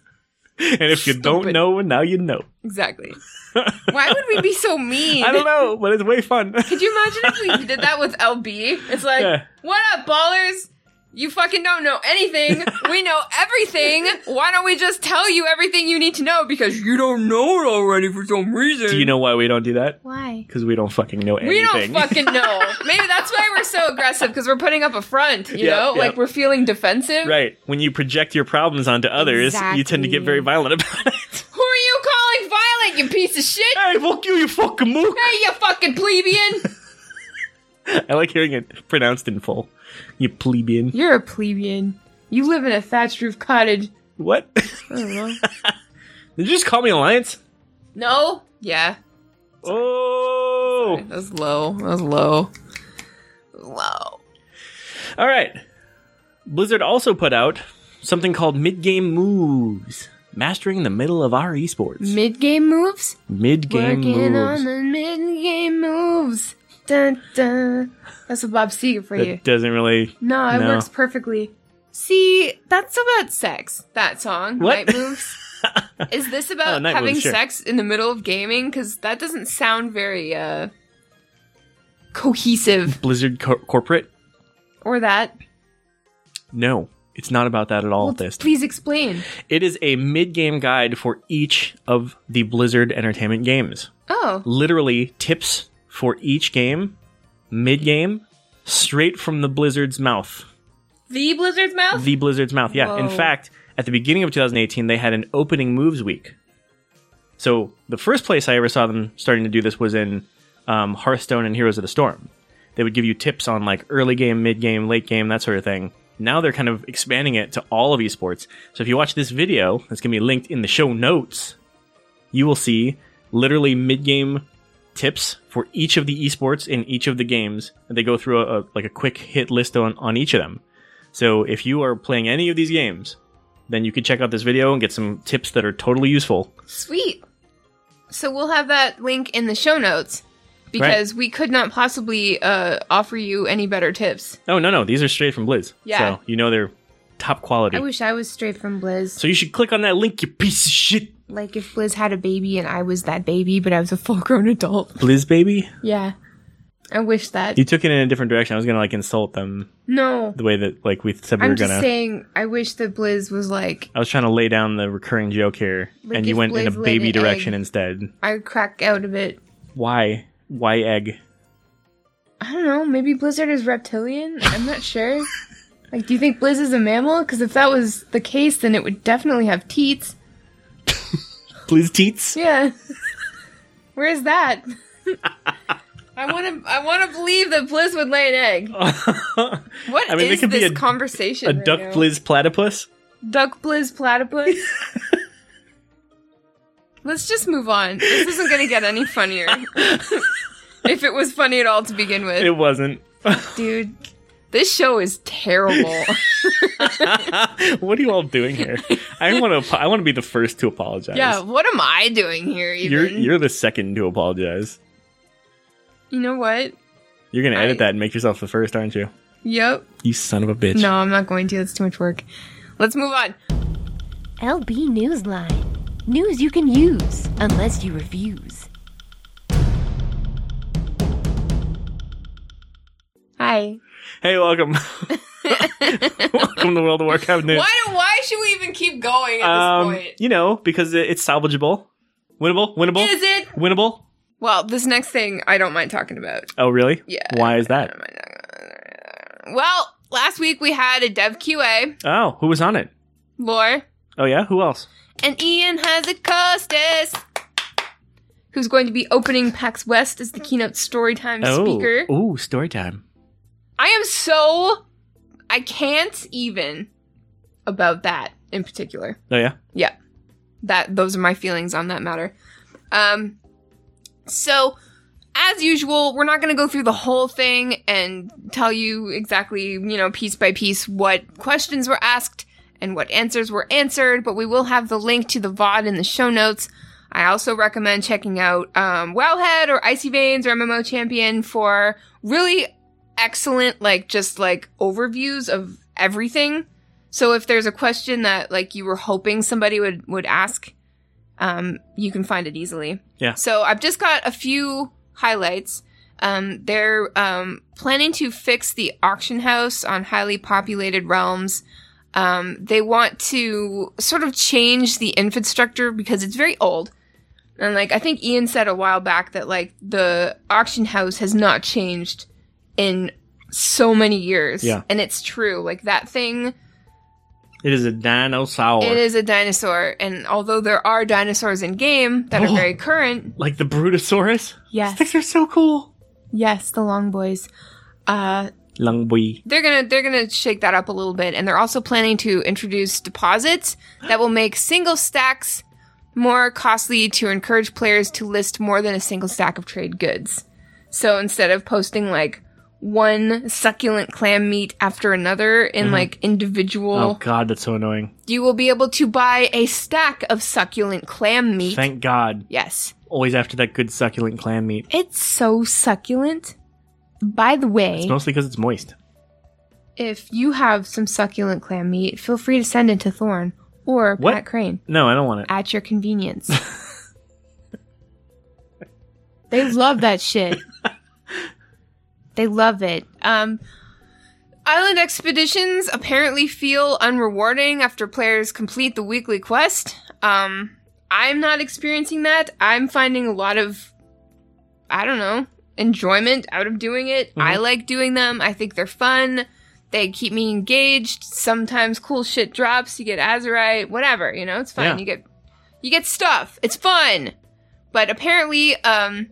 Speaker 2: and if you don't
Speaker 1: Stupid.
Speaker 2: know, now you know.
Speaker 1: Exactly. Why would we be so mean?
Speaker 2: I don't know, but it's way fun.
Speaker 1: Could you imagine if we did that with LB? It's like,
Speaker 2: Yeah.
Speaker 1: what up, ballers? You fucking don't know anything. We know everything. Why don't we just tell you everything you need to know because you don't know it already for some reason?
Speaker 2: do you know why we don't do that?
Speaker 3: Why?
Speaker 2: Because we don't fucking know
Speaker 1: we
Speaker 2: anything.
Speaker 1: don't fucking know. Maybe that's why we're so aggressive because we're putting up a front, you
Speaker 2: Yep,
Speaker 1: know?
Speaker 2: yep.
Speaker 1: Like we're feeling defensive.
Speaker 2: right. When you project your problems onto others, you tend to get
Speaker 3: Exactly.
Speaker 2: very violent about it.
Speaker 1: Who are you calling violent, you piece of shit?
Speaker 2: hey, fuck you, you fucking mook.
Speaker 1: Hey, you fucking plebeian!
Speaker 2: I like hearing it pronounced in full. You plebeian.
Speaker 1: You're a plebeian. You live in a thatched roof cottage.
Speaker 2: What? Did
Speaker 1: I don't know.
Speaker 2: you just call me Alliance?
Speaker 1: No? Yeah.
Speaker 2: Oh.
Speaker 1: That was low. That was low. Low.
Speaker 2: All right. Blizzard also put out something called Mid Game Moves, mastering the middle of our esports.
Speaker 1: Mid game moves?
Speaker 2: Mid Game
Speaker 1: Working
Speaker 2: Moves.
Speaker 1: on the mid game moves. Dun, dun. That's a Bob Seger for you.
Speaker 2: That doesn't really.
Speaker 1: No, it
Speaker 2: No.
Speaker 1: works perfectly. See, that's about sex, that song.
Speaker 2: What?
Speaker 1: Night moves. Is this
Speaker 2: Oh,
Speaker 1: about
Speaker 2: night
Speaker 1: having
Speaker 2: moves, sure.
Speaker 1: sex in the middle of gaming? Because that doesn't sound very uh cohesive
Speaker 2: Blizzard cor- corporate?
Speaker 1: or that.
Speaker 2: No, it's not about that at all.
Speaker 1: Well,
Speaker 2: this
Speaker 1: please explain.
Speaker 2: it is a mid-game guide for each of the Blizzard Entertainment games.
Speaker 1: Oh.
Speaker 2: Literally tips for each game, mid-game, straight from the Blizzard's mouth.
Speaker 1: The Blizzard's mouth?
Speaker 2: The Blizzard's mouth. Yeah. In
Speaker 1: Whoa.
Speaker 2: fact, at the beginning of 2018, they had an opening moves week. So the first place I ever saw them starting to do this was in um, Hearthstone and Heroes of the Storm. They would give you tips on like early game, mid game, late game, that sort of thing. Now they're kind of expanding it to all of esports. So if you watch this video, that's going to be linked in the show notes, you will see literally mid game tips for each of the esports in each of the games. And they go through a, a- like a quick hit list on, on each of them. So if you are playing any of these games, then you could check out this video and get some tips that are totally useful.
Speaker 1: Sweet. So we'll have that link in the show notes because we could not possibly uh, offer you any better tips.
Speaker 2: Oh no no, these are straight from Blizz.
Speaker 1: Yeah.
Speaker 2: So you know they're top quality.
Speaker 1: I wish I was straight from Blizz.
Speaker 2: so you should click on that link, you piece of shit.
Speaker 1: Like if Blizz had a baby and I was that baby, but I was a full grown adult.
Speaker 2: Blizz baby?
Speaker 1: Yeah. I wish that.
Speaker 2: You took it in a different direction. I was gonna like insult them
Speaker 1: No.
Speaker 2: the way that like we said we
Speaker 1: I'm
Speaker 2: were
Speaker 1: just
Speaker 2: gonna
Speaker 1: saying, I wish that Blizz was like,
Speaker 2: I was trying to lay down the recurring joke here
Speaker 1: Like
Speaker 2: and you
Speaker 1: if
Speaker 2: went in a
Speaker 1: Blizz laid
Speaker 2: baby
Speaker 1: an
Speaker 2: direction
Speaker 1: egg.
Speaker 2: instead.
Speaker 1: I would crack out of it.
Speaker 2: Why? Why egg?
Speaker 1: I don't know, maybe Blizzard is reptilian? I'm not sure. Like, do you think Blizz is a mammal? Because if that was the case, then it would definitely have teats.
Speaker 2: Blizz teats?
Speaker 1: Yeah. Where is that? I want to. I want to believe that Blizz would lay an egg.
Speaker 2: a
Speaker 1: What
Speaker 2: I mean, there
Speaker 1: is
Speaker 2: could be
Speaker 1: this
Speaker 2: a-
Speaker 1: conversation? right
Speaker 2: duck
Speaker 1: now?
Speaker 2: blizz platypus?
Speaker 1: Duck Blizz platypus. Let's just move on. This isn't going to get any funnier. if it was funny at all to begin with,
Speaker 2: It wasn't.
Speaker 1: dude. This show is terrible.
Speaker 2: what are you all doing here? I want to. I want to be the first to apologize.
Speaker 1: yeah. What am I doing here? Even
Speaker 2: you're you're the second to apologize.
Speaker 1: You know what?
Speaker 2: You're gonna edit
Speaker 1: I-
Speaker 2: that and make yourself the first, aren't you?
Speaker 1: Yep.
Speaker 2: You son of a bitch.
Speaker 1: No, I'm not going to. That's too much work. Let's move on.
Speaker 3: LB Newsline. News you can use, unless you refuse.
Speaker 1: Hi.
Speaker 2: Hey, welcome. welcome to World of Warcraft news.
Speaker 1: Why do, why should we even keep going at
Speaker 2: um,
Speaker 1: this point?
Speaker 2: you know, because it, it's salvageable, winnable, winnable,
Speaker 1: Is it?
Speaker 2: winnable.
Speaker 1: Well, this next thing I don't mind talking about.
Speaker 2: Oh, really?
Speaker 1: Yeah.
Speaker 2: Why is that?
Speaker 1: Well, last week we had a dev QA,
Speaker 2: Oh, who was on it?
Speaker 1: Lore,
Speaker 2: Oh yeah, who else?
Speaker 1: and Ian has a Costas, who's going to be opening PAX West as the keynote storytime speaker.
Speaker 2: Oh, ooh, story time.
Speaker 1: I am so I can't even about that in particular.
Speaker 2: Oh yeah.
Speaker 1: yeah that those are my feelings on that matter um so as usual we're not going to go through the whole thing and tell you exactly you know piece by piece what questions were asked and what answers were answered but we will have the link to the vod in the show notes i also recommend checking out um, wowhead or icy veins or mmo champion for really excellent like just like overviews of everything So if there's a question that like you were hoping somebody would would ask, um, you can find it easily.
Speaker 2: Yeah.
Speaker 1: So I've just got a few highlights. Um, they're um, planning to fix the auction house on highly populated realms. Um, they want to sort of change the infrastructure because it's very old. And like I think Ian said a while back that like the auction house has not changed in so many years.
Speaker 2: Yeah.
Speaker 1: And it's true. Like that thing
Speaker 2: It is a dinosaur.
Speaker 1: it is a dinosaur, and although there are dinosaurs in game that are
Speaker 2: Oh.
Speaker 1: very current,
Speaker 2: Like the Brutosaurus?
Speaker 1: Yes.
Speaker 2: These things are so cool.
Speaker 1: yes, the long boys, uh,
Speaker 2: Long boy.
Speaker 1: they're gonna they're gonna shake that up a little bit, and they're also planning to introduce deposits that will make single stacks more costly to encourage players to list more than a single stack of trade goods. So instead of posting like one succulent clam meat after another in like individual,
Speaker 2: Oh god, that's so annoying.
Speaker 1: you will be able to buy a stack of succulent clam meat.
Speaker 2: Thank God.
Speaker 1: yes.
Speaker 2: Always after that good succulent clam meat.
Speaker 1: It's so succulent. By the way,
Speaker 2: It's mostly because it's moist.
Speaker 1: if you have some succulent clam meat, feel free to send it to Thorn or
Speaker 2: What?
Speaker 1: Pat Crane
Speaker 2: No, I don't want it.
Speaker 1: at your convenience. they love that shit. they love it. Um, island expeditions apparently feel unrewarding after players complete the weekly quest. Um, I'm not experiencing that. I'm finding a lot of, I don't know, enjoyment out of doing it. I like doing them. I think they're fun. They keep me engaged. Sometimes cool shit drops. You get Azurite, whatever. You know, it's fun.
Speaker 2: Yeah.
Speaker 1: You get, you get stuff. It's fun. But apparently, um,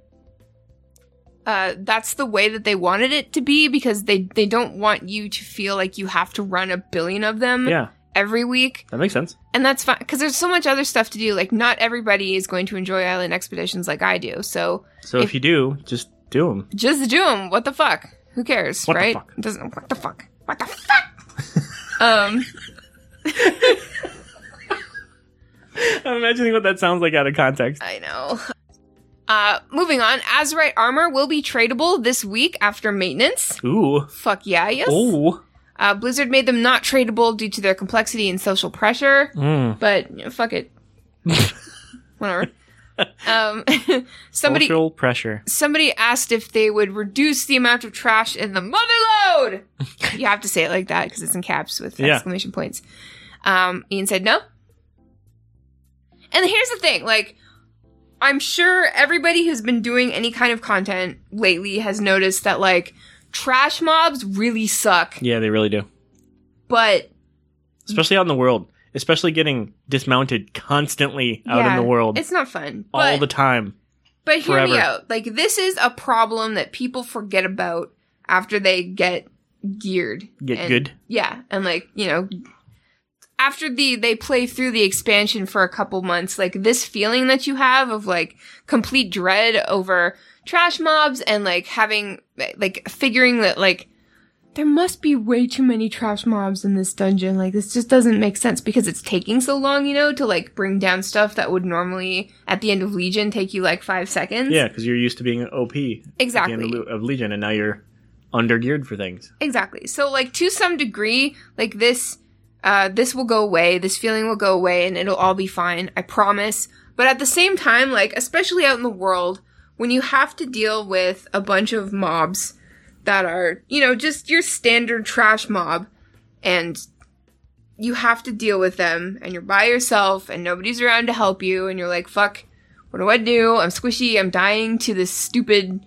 Speaker 1: uh, that's the way that they wanted it to be because they they don't want you to feel like you have to run a billion of them
Speaker 2: Yeah,
Speaker 1: every week.
Speaker 2: that makes sense.
Speaker 1: And that's fine because there's so much other stuff to do. Like, not everybody is going to enjoy island expeditions like I do. So
Speaker 2: So if,
Speaker 1: If-
Speaker 2: you do, just do them.
Speaker 1: just do them. What the fuck? Who cares,
Speaker 2: What the
Speaker 1: right?
Speaker 2: fuck?
Speaker 1: Doesn't what the fuck? What the fuck? um,
Speaker 2: I'm imagining what that sounds like out of context.
Speaker 1: I know. Uh, moving on. Azurite armor will be tradable this week after maintenance.
Speaker 2: Ooh.
Speaker 1: Fuck yeah, yes.
Speaker 2: Oh.
Speaker 1: Uh, Blizzard made them not tradable due to their complexity and social pressure.
Speaker 2: Mm.
Speaker 1: But you know, fuck it. Whatever. Um, somebody
Speaker 2: Social pressure.
Speaker 1: somebody asked if they would reduce the amount of trash in the motherload. you have to say it like that because it's in caps with
Speaker 2: Yeah.
Speaker 1: exclamation points. Um, Ian said no. And here's the thing, like. I'm sure everybody who's been doing any kind of content lately has noticed that like trash mobs really suck,
Speaker 2: Yeah, they really do.
Speaker 1: but
Speaker 2: Especially out in the world. Especially getting dismounted constantly out
Speaker 1: yeah,
Speaker 2: in the world
Speaker 1: it's not fun.
Speaker 2: all
Speaker 1: but-
Speaker 2: the time.
Speaker 1: But hear me
Speaker 2: forever.
Speaker 1: out. Like this is a problem that people forget about after they get geared.
Speaker 2: Get
Speaker 1: And-
Speaker 2: good.
Speaker 1: Yeah, and like, you know, after the they play through the expansion for a couple months, like this feeling that you have of like complete dread over trash mobs and like having like figuring that like there must be way too many trash mobs in this dungeon. Like this just doesn't make sense because it's taking so long, you know, to like bring down stuff that would normally at the end of Legion take you like 5 seconds.
Speaker 2: Yeah, because you're used to being OP at the end of
Speaker 1: Exactly.
Speaker 2: Lu- of Legion, and now you're undergeared for things.
Speaker 1: Exactly. So like to some degree, like this uh this will go away, this feeling will go away and it'll all be fine, I promise. But at the same time, like especially out in the world when you have to deal with a bunch of mobs that are, you know, just your standard trash mob and you have to deal with them and you're by yourself and nobody's around to help you and you're like, "Fuck, what do I do? I'm squishy, I'm dying to this stupid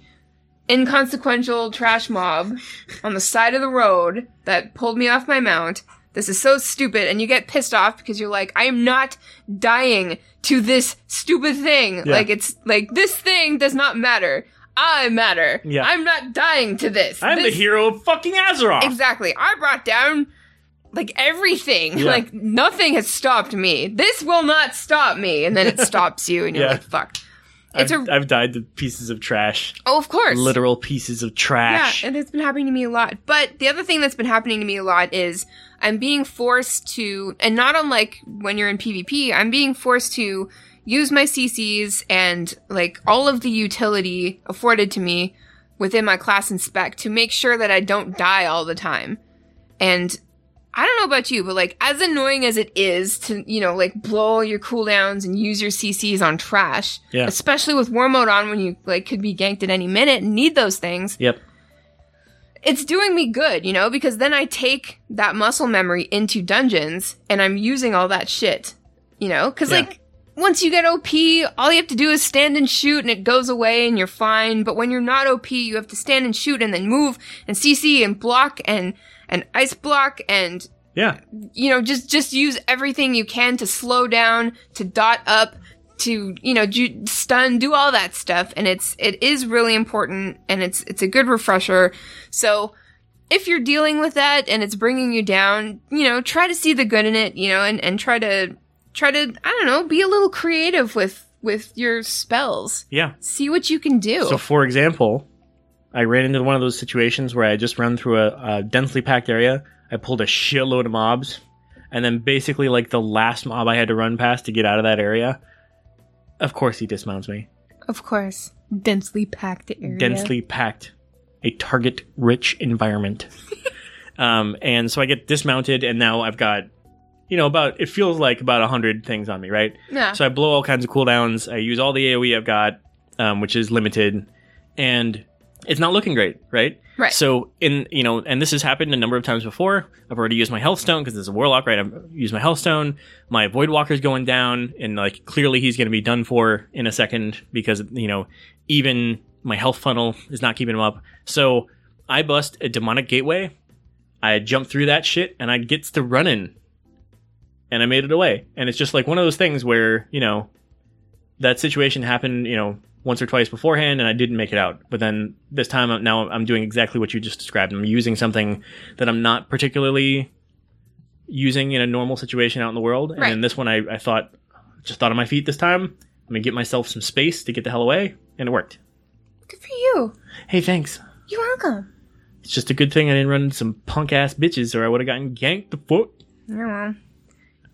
Speaker 1: inconsequential trash mob on the side of the road that pulled me off my mount. This is so stupid, and you get pissed off because you're like, I am not dying to this stupid thing.
Speaker 2: Yeah.
Speaker 1: Like it's like this thing does not matter. I matter.
Speaker 2: Yeah.
Speaker 1: I'm not dying to this.
Speaker 2: I'm the
Speaker 1: This-
Speaker 2: hero of fucking Azeroth.
Speaker 1: Exactly. I brought down like everything.
Speaker 2: Yeah.
Speaker 1: Like nothing has stopped me. This will not stop me. And then it stops you, and you're
Speaker 2: Yeah.
Speaker 1: like, fuck.
Speaker 2: I've,
Speaker 1: It's a
Speaker 2: I've died to pieces of trash,
Speaker 1: oh, of course.
Speaker 2: literal pieces of trash.
Speaker 1: Yeah, and it's been happening to me a lot. But the other thing that's been happening to me a lot is I'm being forced to, and not unlike when you're in PvP, I'm being forced to use my CCs and like all of the utility afforded to me within my class and spec to make sure that I don't die all the time. And I don't know about you, but like as annoying as it is to, you know, like blow all your cooldowns and use your CCs on trash,
Speaker 2: Yeah.
Speaker 1: especially with war mode on when you like could be ganked at any minute and need those things,
Speaker 2: Yep.
Speaker 1: it's doing me good, you know, because then I take that muscle memory into dungeons and I'm using all that shit, you know, because
Speaker 2: Yeah.
Speaker 1: like once you get OP, all you have to do is stand and shoot and it goes away and you're fine. But when you're not OP, you have to stand and shoot and then move and CC and block and and ice block and
Speaker 2: Yeah.
Speaker 1: you know just just use everything you can to slow down to dot up to you know ju- stun do all that stuff and it's it is really important and it's it's a good refresher so if you're dealing with that and it's bringing you down you know try to see the good in it you know and and try to try to i don't know be a little creative with with your spells
Speaker 2: Yeah.
Speaker 1: see what you can do
Speaker 2: So, for example, I ran into one of those situations where I had just run through a, a densely packed area. I pulled a shitload of mobs, and then basically, like the last mob I had to run past to get out of that area. Of course, he dismounts me.
Speaker 1: of course densely packed area
Speaker 2: densely packed, a target rich environment. um, and so I get dismounted, and now I've got, you know, about it feels like about a hundred things on me, right?
Speaker 1: yeah
Speaker 2: So I blow all kinds of cooldowns. I use all the AOE I've got, um, which is limited, and it's not looking great, right?
Speaker 1: Right.
Speaker 2: So in you know, and this has happened a number of times before. I've already used my health stone because it's a warlock, right? I've used my health stone. My void walker's going down, and like clearly he's going to be done for in a second because you know even my health funnel is not keeping him up. So I bust a demonic gateway. I jump through that shit and I gets to running and I made it away. And it's just like one of those things where, you know, that situation happened, you know, once or twice beforehand and I didn't make it out. But then this time I'm- now I'm doing exactly what you just described. I'm using something that I'm not particularly using in a normal situation out in the world. And then
Speaker 1: Right.
Speaker 2: this one I, I thought, just thought on my feet this time. I'm going to get myself some space to get the hell away. And it worked.
Speaker 1: good for you
Speaker 2: Hey, thanks.
Speaker 1: you're welcome
Speaker 2: It's just a good thing I didn't run into some punk ass bitches or I would have gotten ganked the fuck.
Speaker 1: Yeah, well,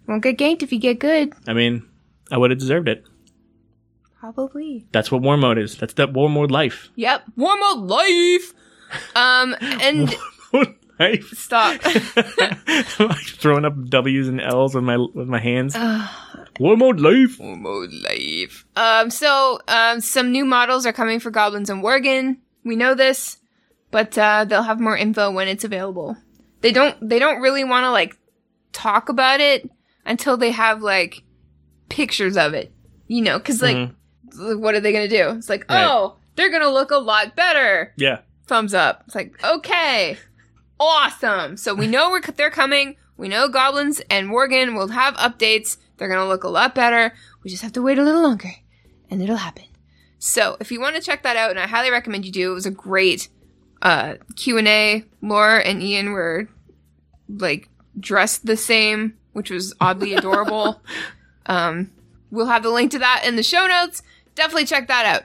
Speaker 1: won't get ganked if you get good.
Speaker 2: I mean, I would have deserved it.
Speaker 1: Probably.
Speaker 2: That's what war mode is. That's that war mode life.
Speaker 1: Yep. Warm up life. Um, and
Speaker 2: life.
Speaker 1: stop.
Speaker 2: I'm like throwing up W's and L's with my with my hands. war mode life.
Speaker 1: Warm up life. Um, so um, some new models are coming for goblins and worgen. We know this, but uh, they'll have more info when it's available. They don't. They don't really want to like talk about it until they have like pictures of it. You know, because like, what are they gonna do? It's like,
Speaker 2: Right.
Speaker 1: oh, they're gonna look a lot better.
Speaker 2: Yeah.
Speaker 1: thumbs up. It's like, okay, awesome. So we know we're, they're coming. We know goblins and Worgen will have updates. They're going to look a lot better. We just have to wait a little longer and it'll happen. So if you want to check that out, and I highly recommend you do, it was a great uh, Q&A. Laura and Ian were like dressed the same, which was oddly adorable. Um, we'll have the link to that in the show notes. Definitely check that out.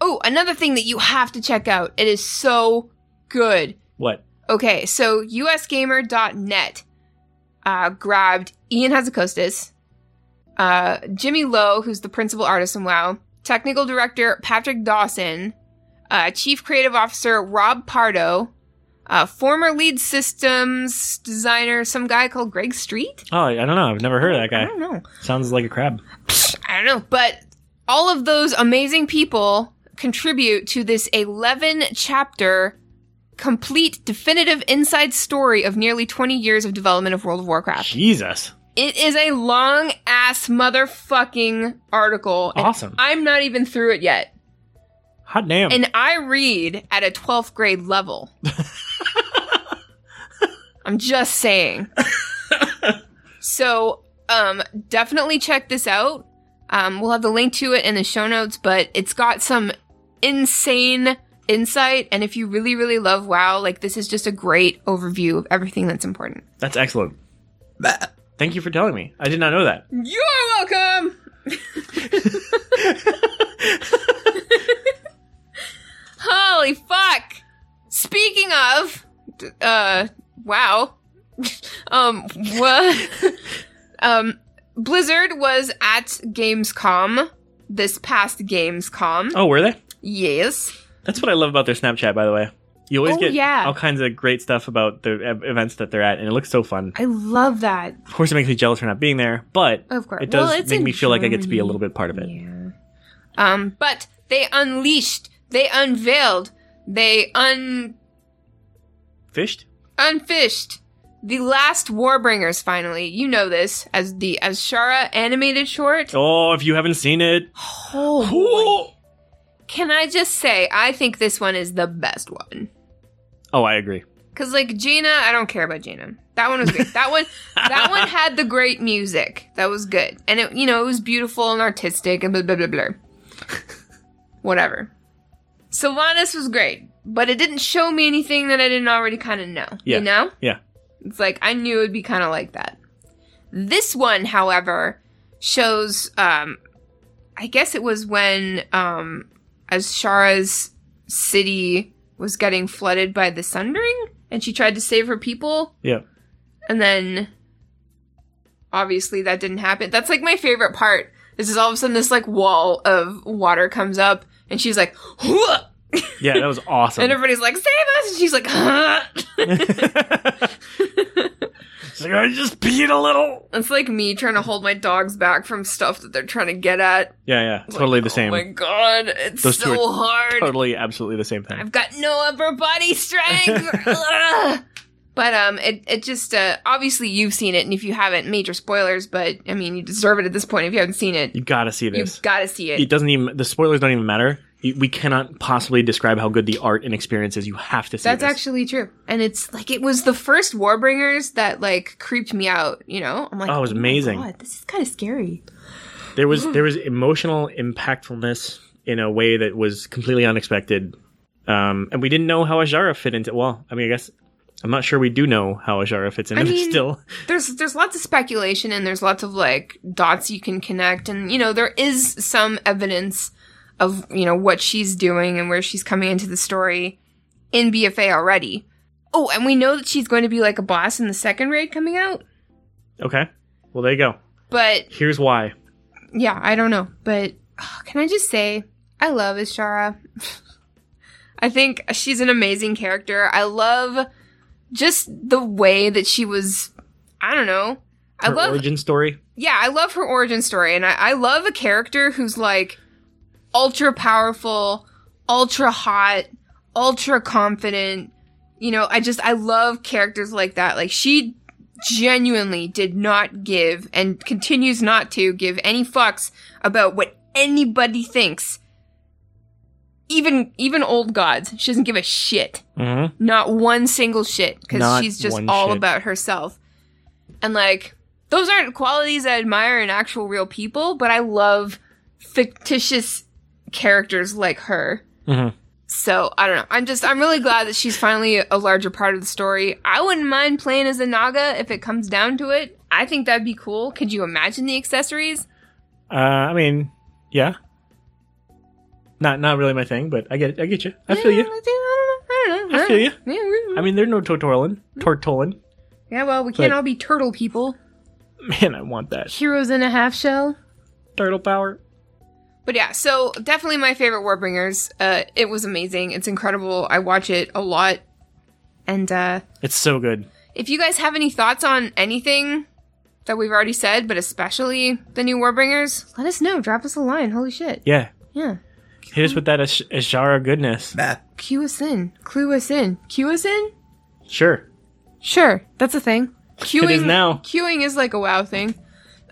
Speaker 1: Oh, another thing that you have to check out. It is so good.
Speaker 2: What?
Speaker 1: Okay, so usgamer.net uh, grabbed Ian Hazakostas, uh, Jimmy Lowe, who's the principal artist in WoW, technical director Patrick Dawson, uh, chief creative officer Rob Pardo, uh, former lead systems designer, some guy called Greg Street.
Speaker 2: Oh, I don't know. I've never heard of that
Speaker 1: I
Speaker 2: guy.
Speaker 1: don't know.
Speaker 2: Sounds like a crab.
Speaker 1: I don't know, but all of those amazing people contribute to this 11 chapter complete definitive inside story of nearly 20 years of development of World of Warcraft.
Speaker 2: Jesus.
Speaker 1: It is a long ass motherfucking article. and
Speaker 2: Awesome.
Speaker 1: I'm not even through it yet.
Speaker 2: Hot damn.
Speaker 1: And I read at a 12th grade level. I'm just saying. so, um, definitely check this out. Um, we'll have the link to it in the show notes, but it's got some insane insight. And if you really, really love WoW, like this is just a great overview of everything that's important.
Speaker 2: That's excellent. Thank you for telling me. I did not know that.
Speaker 1: You're welcome. Holy fuck! Speaking of, d- uh, wow. um, what? um, Blizzard was at Gamescom this past Gamescom.
Speaker 2: Oh, were they?
Speaker 1: Yes.
Speaker 2: That's what I love about their Snapchat, by the way. You always
Speaker 1: Oh,
Speaker 2: get
Speaker 1: yeah.
Speaker 2: all kinds of great stuff about the ev- events that they're at, and it looks so fun.
Speaker 1: I love that.
Speaker 2: Of course, it makes me jealous for not being there, but
Speaker 1: Of course.
Speaker 2: it does
Speaker 1: Well, it's
Speaker 2: make
Speaker 1: in
Speaker 2: me feel like I get to be a little bit part of it.
Speaker 1: Yeah. Um, but they unleashed, they unveiled, they un
Speaker 2: Fished?
Speaker 1: unfished the last Warbringers. Finally, you know this as the as Shara animated short.
Speaker 2: Oh, if you haven't seen it,
Speaker 1: Oh, boy.
Speaker 2: oh,
Speaker 1: can I just say I think this one is the best one.
Speaker 2: Oh, I agree.
Speaker 1: Cause like Jaina, I don't care about Jaina. That one was great. That one, that one had the great music. That was good, and it you know it was beautiful and artistic and blah blah blah blah. Whatever. Sylvanas was great, but it didn't show me anything that I didn't already kind of know.
Speaker 2: Yeah.
Speaker 1: You know,
Speaker 2: Yeah,
Speaker 1: it's like I knew it would be kind of like that. This one, however, shows. Um, I guess it was when um, as Shara's city was getting flooded by the Sundering, and she tried to save her people,
Speaker 2: yeah.
Speaker 1: and then obviously that didn't happen. That's like my favorite part. This is all of a sudden this like wall of water comes up, and she's like, "Hua!"
Speaker 2: Yeah, that was awesome.
Speaker 1: and everybody's like, "Save us!" and she's like, "Huh."
Speaker 2: it's like, I just peed a little.
Speaker 1: It's like me trying to hold my dogs back from stuff that they're trying to get at.
Speaker 2: Yeah, yeah. Totally the
Speaker 1: Oh
Speaker 2: same.
Speaker 1: my god, it's
Speaker 2: Those two
Speaker 1: so
Speaker 2: are
Speaker 1: hard.
Speaker 2: Totally, absolutely the same thing.
Speaker 1: I've got no upper body strength. Ugh. but um, it it just uh, obviously you've seen it, and if you haven't, major spoilers. But I mean, you deserve it at this point. If you haven't seen it,
Speaker 2: You gotta see this.
Speaker 1: you've got to see
Speaker 2: it
Speaker 1: it.
Speaker 2: doesn't even, the spoilers don't even matter. You- We cannot possibly describe how good the art and experience is. You have to see
Speaker 1: That's
Speaker 2: this.
Speaker 1: actually true, and it's like it was the first Warbringers that like creeped me out. You know, I'm like,
Speaker 2: Oh, it was
Speaker 1: my
Speaker 2: amazing.
Speaker 1: God, this is kind of scary.
Speaker 2: There
Speaker 1: Mm-hmm.
Speaker 2: was there was emotional impactfulness in a way that was completely unexpected, um, and we didn't know how Ajara fit into. Well, I mean, I guess I'm not sure we do know how Ajara fits in.
Speaker 1: I
Speaker 2: it
Speaker 1: mean-
Speaker 2: still,
Speaker 1: there's there's lots of speculation and there's lots of like dots you can connect and you know there is some evidence of you know what she's doing and where she's coming into the story in BFA already. Oh, and we know that she's going to be like a boss in the second raid coming out,
Speaker 2: okay. Well, there you go.
Speaker 1: but
Speaker 2: Here's why.
Speaker 1: yeah, I don't know. But ugh, can I just say I love Ishara. I think she's an amazing character. I love just the way that she was I don't know. I
Speaker 2: Her
Speaker 1: love
Speaker 2: origin story.
Speaker 1: yeah, I love her origin story, and I, I love a character who's like ultra powerful, ultra hot, ultra confident. You know, I just I love characters like that. Like she genuinely did not give and continues not to give any fucks about what anybody thinks. Even even old gods, she doesn't give a shit
Speaker 2: hmm
Speaker 1: not one single shit because
Speaker 2: Not
Speaker 1: she's just
Speaker 2: one
Speaker 1: all
Speaker 2: shit.
Speaker 1: about herself and like those aren't qualities i admire in actual real people but i love fictitious characters like her
Speaker 2: Mhm.
Speaker 1: so i don't know i'm just i'm really glad that she's finally a larger part of the story i wouldn't mind playing as a naga if it comes down to it i think that'd be cool could you imagine the accessories
Speaker 2: Uh, I mean, yeah. Not not really my thing, but I get it. I get you. I feel
Speaker 1: Yeah,
Speaker 2: you.
Speaker 1: I, think- I don't know i don't know
Speaker 2: I feel you.
Speaker 1: Yeah, we're-
Speaker 2: I mean, there's no Tortolan.
Speaker 1: Mm-hmm.
Speaker 2: Tortolan.
Speaker 1: yeah well we can't
Speaker 2: but-
Speaker 1: all be turtle people
Speaker 2: Man, I want that
Speaker 1: heroes in a half shell
Speaker 2: turtle power.
Speaker 1: But yeah, so definitely my favorite Warbringers. Uh, it was amazing. It's incredible. I watch it a lot. And uh,
Speaker 2: It's so good.
Speaker 1: if you guys have any thoughts on anything that we've already said, but especially the new Warbringers, let us know. Drop us a line. Holy shit.
Speaker 2: Yeah.
Speaker 1: Yeah.
Speaker 2: Hit us with that Ash- Ashara goodness.
Speaker 1: Cue us in. Clue us in. Cue us in?
Speaker 2: Sure.
Speaker 1: Sure. That's a thing. Queuing
Speaker 2: is now.
Speaker 1: Queuing is like a wow thing.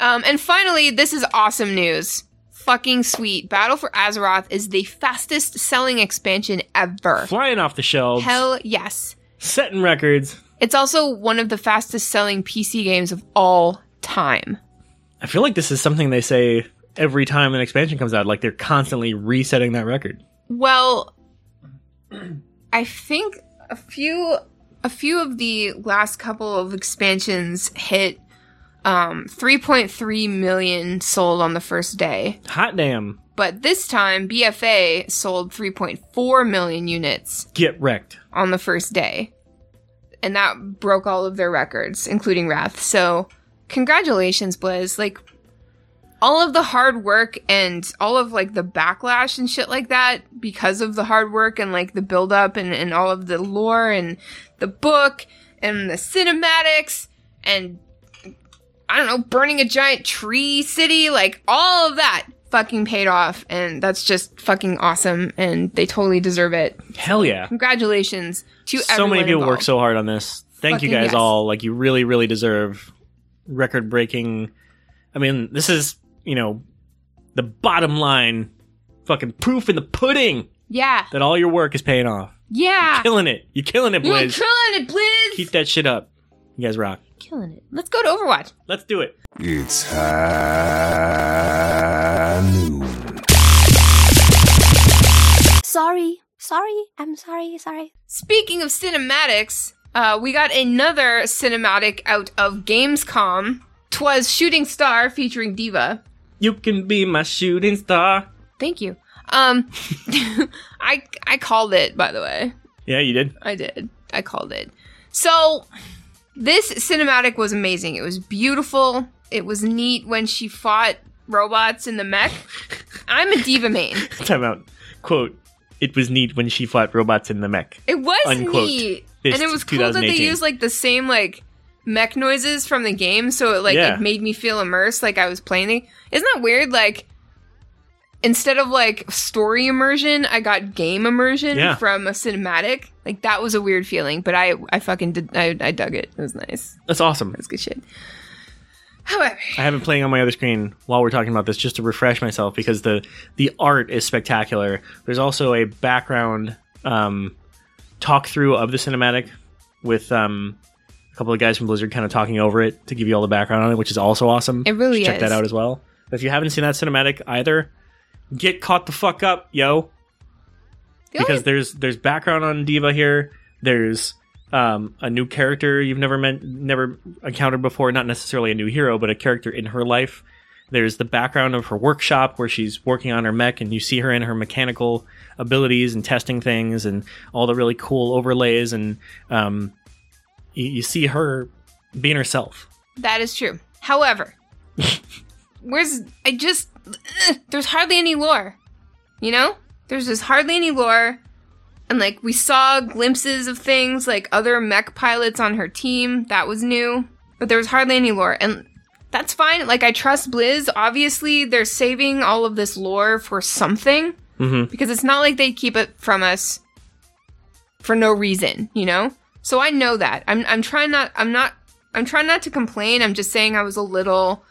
Speaker 1: Um, and finally, this is awesome news. Fucking sweet. Battle for Azeroth is the fastest selling expansion ever.
Speaker 2: Flying off the shelves.
Speaker 1: Hell yes.
Speaker 2: setting records.
Speaker 1: It's also one of the fastest selling PC games of all time.
Speaker 2: I feel like this is something they say every time an expansion comes out. Like they're constantly resetting that record.
Speaker 1: Well, I think a few a few of the last couple of expansions hit um 3.3 million sold on the first day.
Speaker 2: Hot damn.
Speaker 1: But this time BFA sold 3.4 million units
Speaker 2: Get wrecked.
Speaker 1: on the first day. And that broke all of their records, including Wrath. So, congratulations, Blizz. Like, all of the hard work and all of like the backlash and shit like that because of the hard work and like the build up and, and all of the lore and the book and the cinematics and I don't know, burning a giant tree city, like all of that fucking paid off and that's just fucking awesome and they totally deserve it.
Speaker 2: Hell yeah.
Speaker 1: Congratulations to
Speaker 2: so
Speaker 1: everyone
Speaker 2: many people work
Speaker 1: involved.
Speaker 2: so hard on this. Thank you
Speaker 1: Fucking
Speaker 2: guys
Speaker 1: yes.
Speaker 2: all. Like you really, really deserve record breaking. I mean, this is you know the bottom line, fucking proof in the pudding
Speaker 1: Yeah.
Speaker 2: that all your work is paying off.
Speaker 1: Yeah.
Speaker 2: Killing it, you're killing it,
Speaker 1: Ah. You're killing
Speaker 2: Blaze.
Speaker 1: it, Blizz!
Speaker 2: Keep that shit up. You guys rock.
Speaker 3: Killing it.
Speaker 1: Let's go to Overwatch.
Speaker 2: Let's do it.
Speaker 5: It's high noon.
Speaker 3: Sorry. Sorry. I'm sorry. Sorry.
Speaker 1: Speaking of cinematics, uh, we got another cinematic out of Gamescom. Twas Shooting Star featuring Diva.
Speaker 2: You can be my shooting star.
Speaker 1: Thank you. Um, I I called it by the way.
Speaker 2: Yeah, you did.
Speaker 1: I did. I called it. So this cinematic was amazing. It was beautiful. It was neat when she fought robots in the mech. I'm a diva main.
Speaker 2: Time out. Quote. It was neat when she fought robots in the mech.
Speaker 1: It was
Speaker 2: Unquote.
Speaker 1: neat,
Speaker 2: This
Speaker 1: and it was cool that they
Speaker 2: 2018.
Speaker 1: used like the same like mech noises from the game, so it like
Speaker 2: Yeah.
Speaker 1: it made me feel immersed, like I was playing. The- Isn't that weird? Like instead of like story immersion, I got game immersion
Speaker 2: Yeah.
Speaker 1: from a cinematic. Like that was a weird feeling, but I I fucking did. I, I dug it. It was nice.
Speaker 2: That's awesome.
Speaker 1: It was good shit. However,
Speaker 2: I have it playing on my other screen while we're talking about this just to refresh myself because the the art is spectacular. There's also a background um, talk through of the cinematic with um, a couple of guys from Blizzard kind of talking over it to give you all the background on it, which is also awesome.
Speaker 1: It really
Speaker 2: You should check
Speaker 1: is.
Speaker 2: that out as well. If you haven't seen that cinematic either, get caught the fuck up, yo!
Speaker 1: the only-
Speaker 2: Because there's there's background on Diva here. There's um, a new character you've never met, never encountered before. Not necessarily a new hero, but a character in her life. There's the background of her workshop where she's working on her mech, and you see her in her mechanical abilities and testing things, and all the really cool overlays, and um, you, you see her being herself.
Speaker 1: That is true. However, where's I just there's hardly any lore. You know? There's just hardly any lore. And like we saw glimpses of things like other mech pilots on her team, that was new, but there was hardly any lore. And that's fine. Like I trust Blizz. Obviously, they're saving all of this lore for something
Speaker 2: Mm-hmm.
Speaker 1: because it's not like they keep it from us for no reason, you know? So I know that. I'm I'm trying not I'm not I'm trying not to complain. I'm just saying I was a little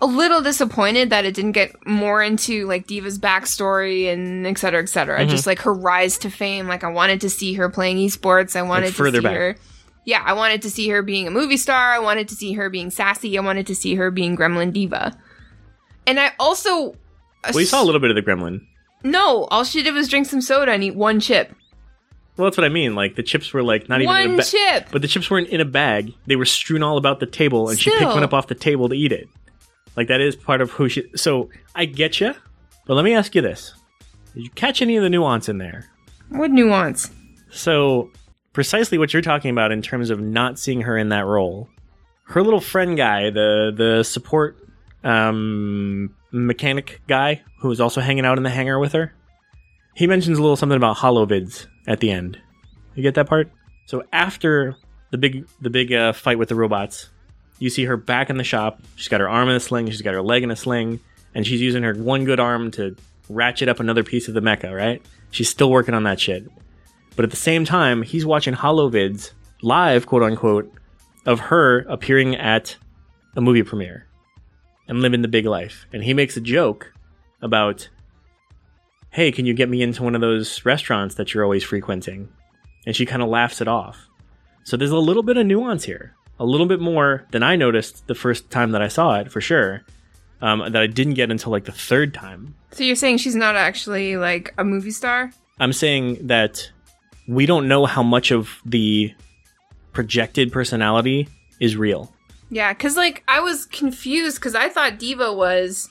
Speaker 1: a little disappointed that it didn't get more into like Diva's backstory and et cetera, et cetera.
Speaker 2: Mm-hmm.
Speaker 1: Just like her rise to fame. Like I wanted to see her playing esports. I wanted to
Speaker 2: further
Speaker 1: see
Speaker 2: back.
Speaker 1: her yeah, I wanted to see her being a movie star. I wanted to see her being sassy. I wanted to see her being Gremlin Diva. And I also
Speaker 2: Well, you saw a little bit of the Gremlin.
Speaker 1: no, all she did was drink some soda and eat one chip.
Speaker 2: Well, that's what I mean. Like the chips were like not even in a
Speaker 1: One
Speaker 2: ba-
Speaker 1: chip.
Speaker 2: But the chips weren't in a bag; they were strewn all about the table, and she picked
Speaker 1: Still.
Speaker 2: one up off the table to eat it. Like that is part of who she. So I get you, but let me ask you this: Did you catch any of the nuance in there?
Speaker 1: What nuance?
Speaker 2: So precisely what you're talking about in terms of not seeing her in that role. Her little friend guy, the the support um, mechanic guy who was also hanging out in the hangar with her, he mentions a little something about holovids at the end. You get that part? So after the big the big uh, fight with the robots, you see her back in the shop. She's got her arm in a sling. She's got her leg in a sling, and she's using her one good arm to ratchet up another piece of the mecha. Right? She's still working on that shit. But at the same time, he's watching holovids live, quote unquote, of her appearing at a movie premiere and living the big life. And he makes a joke about, "Hey, can you get me into one of those restaurants that you're always frequenting?" And she kind of laughs it off. So there's a little bit of nuance here, a little bit more than I noticed the first time that I saw it for sure. Um, that I didn't get until like the third time.
Speaker 1: So you're saying she's not actually like a movie star?
Speaker 2: I'm saying that we don't know how much of the projected personality is real.
Speaker 1: Yeah, because like I was confused because I thought Diva was,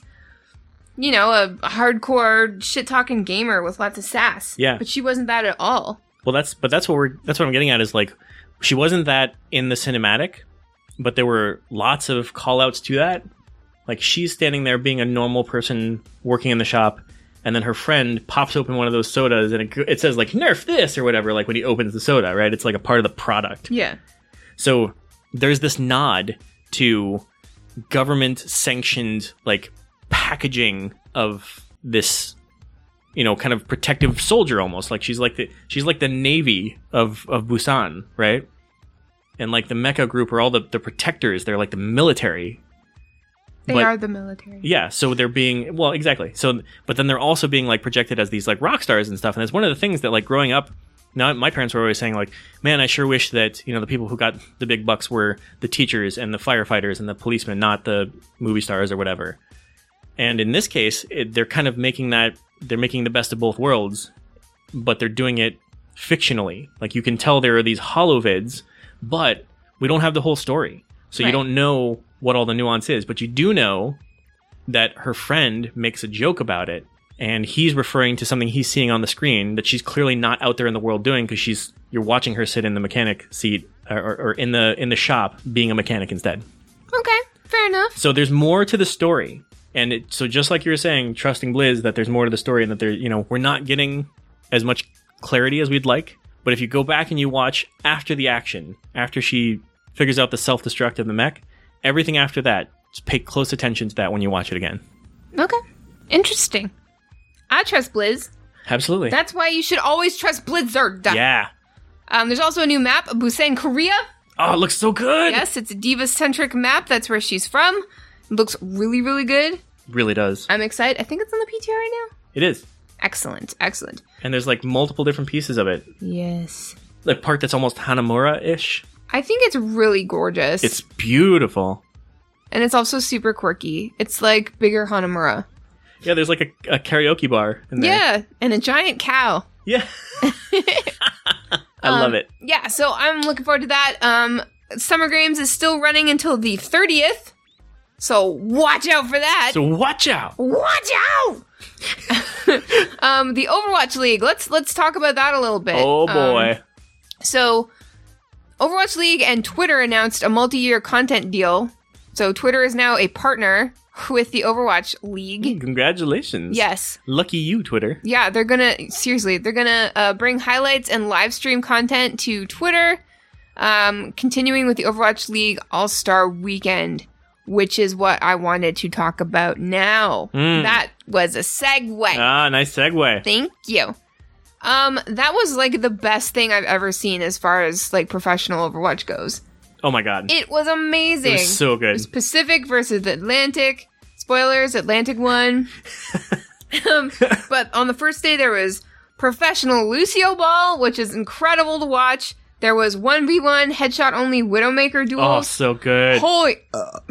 Speaker 1: you know, a hardcore shit talking gamer with lots of sass.
Speaker 2: Yeah.
Speaker 1: But she wasn't that at all.
Speaker 2: Well, that's but that's what we're that's what I'm getting at is like she wasn't that in the cinematic, but there were lots of call outs to that. Like she's standing there being a normal person working in the shop, and then her friend pops open one of those sodas, and it, it says like "Nerf this" or whatever. Like when he opens the soda, right? It's like a part of the product.
Speaker 1: Yeah.
Speaker 2: So there's this nod to government sanctioned like packaging of this you know kind of protective soldier almost like she's like the she's like the navy of of Busan, right? And like the Mecha group are all the the protectors, they're like the military.
Speaker 1: They
Speaker 2: But-
Speaker 1: are the military.
Speaker 2: Yeah, so they're being well, exactly. So but then they're also being like projected as these like rock stars and stuff. And that's one of the things that like growing up now my parents were always saying like, "Man, I sure wish that, you know, the people who got the big bucks were the teachers and the firefighters and the policemen, not the movie stars or whatever." And in this case, it, they're kind of making that they're making the best of both worlds, but they're doing it fictionally. Like you can tell there are these hollow vids, but we don't have the whole story. So you
Speaker 1: Right.
Speaker 2: don't know what all the nuance is, but you do know that her friend makes a joke about it and he's referring to something he's seeing on the screen that she's clearly not out there in the world doing because she's you're watching her sit in the mechanic seat or, or, or in the in the shop being a mechanic instead.
Speaker 1: Okay. Fair enough.
Speaker 2: So there's more to the story. And it, so just like you were saying, trusting Blizz that there's more to the story and that there, you know, we're not getting as much clarity as we'd like. But if you go back and you watch after the action, after she figures out the self-destruct of the mech, everything after that, just pay close attention to that when you watch it again.
Speaker 1: Okay. Interesting. I trust Blizz.
Speaker 2: Absolutely.
Speaker 1: That's why you should always trust Blizzard.
Speaker 2: yeah.
Speaker 1: Um, there's also a new map, Busan, Korea.
Speaker 2: Oh, it looks so good.
Speaker 1: Yes, it's a diva-centric map. That's where she's from. It looks really, really good.
Speaker 2: Really does.
Speaker 1: I'm excited. I think it's on the PTR right now.
Speaker 2: It is.
Speaker 1: Excellent. Excellent.
Speaker 2: And there's like multiple different pieces of it.
Speaker 1: Yes.
Speaker 2: The part that's almost Hanamura-ish.
Speaker 1: I think it's really gorgeous.
Speaker 2: It's beautiful.
Speaker 1: and it's also super quirky. It's like bigger Hanamura.
Speaker 2: Yeah, there's like a, a karaoke bar in there.
Speaker 1: Yeah, and a giant cow.
Speaker 2: Yeah. I
Speaker 1: Um,
Speaker 2: love it.
Speaker 1: Yeah, so I'm looking forward to that. Um Summer Games is still running until the 30th. So watch out for that.
Speaker 2: So watch out.
Speaker 1: watch out. um the Overwatch League. Let's let's talk about that a little bit.
Speaker 2: Oh boy.
Speaker 1: Um, so Overwatch League and Twitter announced a multi-year content deal. So Twitter is now a partner with the Overwatch League.
Speaker 2: Congratulations.
Speaker 1: Yes.
Speaker 2: Lucky you, Twitter.
Speaker 1: Yeah, they're gonna seriously, they're gonna uh, bring highlights and live stream content to Twitter. Um, continuing with the Overwatch League All Star Weekend, which is what I wanted to talk about now.
Speaker 2: Mm.
Speaker 1: That was a segue.
Speaker 2: Ah, nice segue.
Speaker 1: Thank you. Um, that was like the best thing I've ever seen as far as like professional Overwatch goes.
Speaker 2: Oh my god.
Speaker 1: It was amazing.
Speaker 2: It was so
Speaker 1: It
Speaker 2: good.
Speaker 1: was Pacific versus the Atlantic. Spoilers, Atlantic won. um, but on the first day, there was professional Lucio Ball, which is incredible to watch. There was 1v1 headshot only Widowmaker
Speaker 2: oh,
Speaker 1: duels.
Speaker 2: so good.
Speaker 1: Holy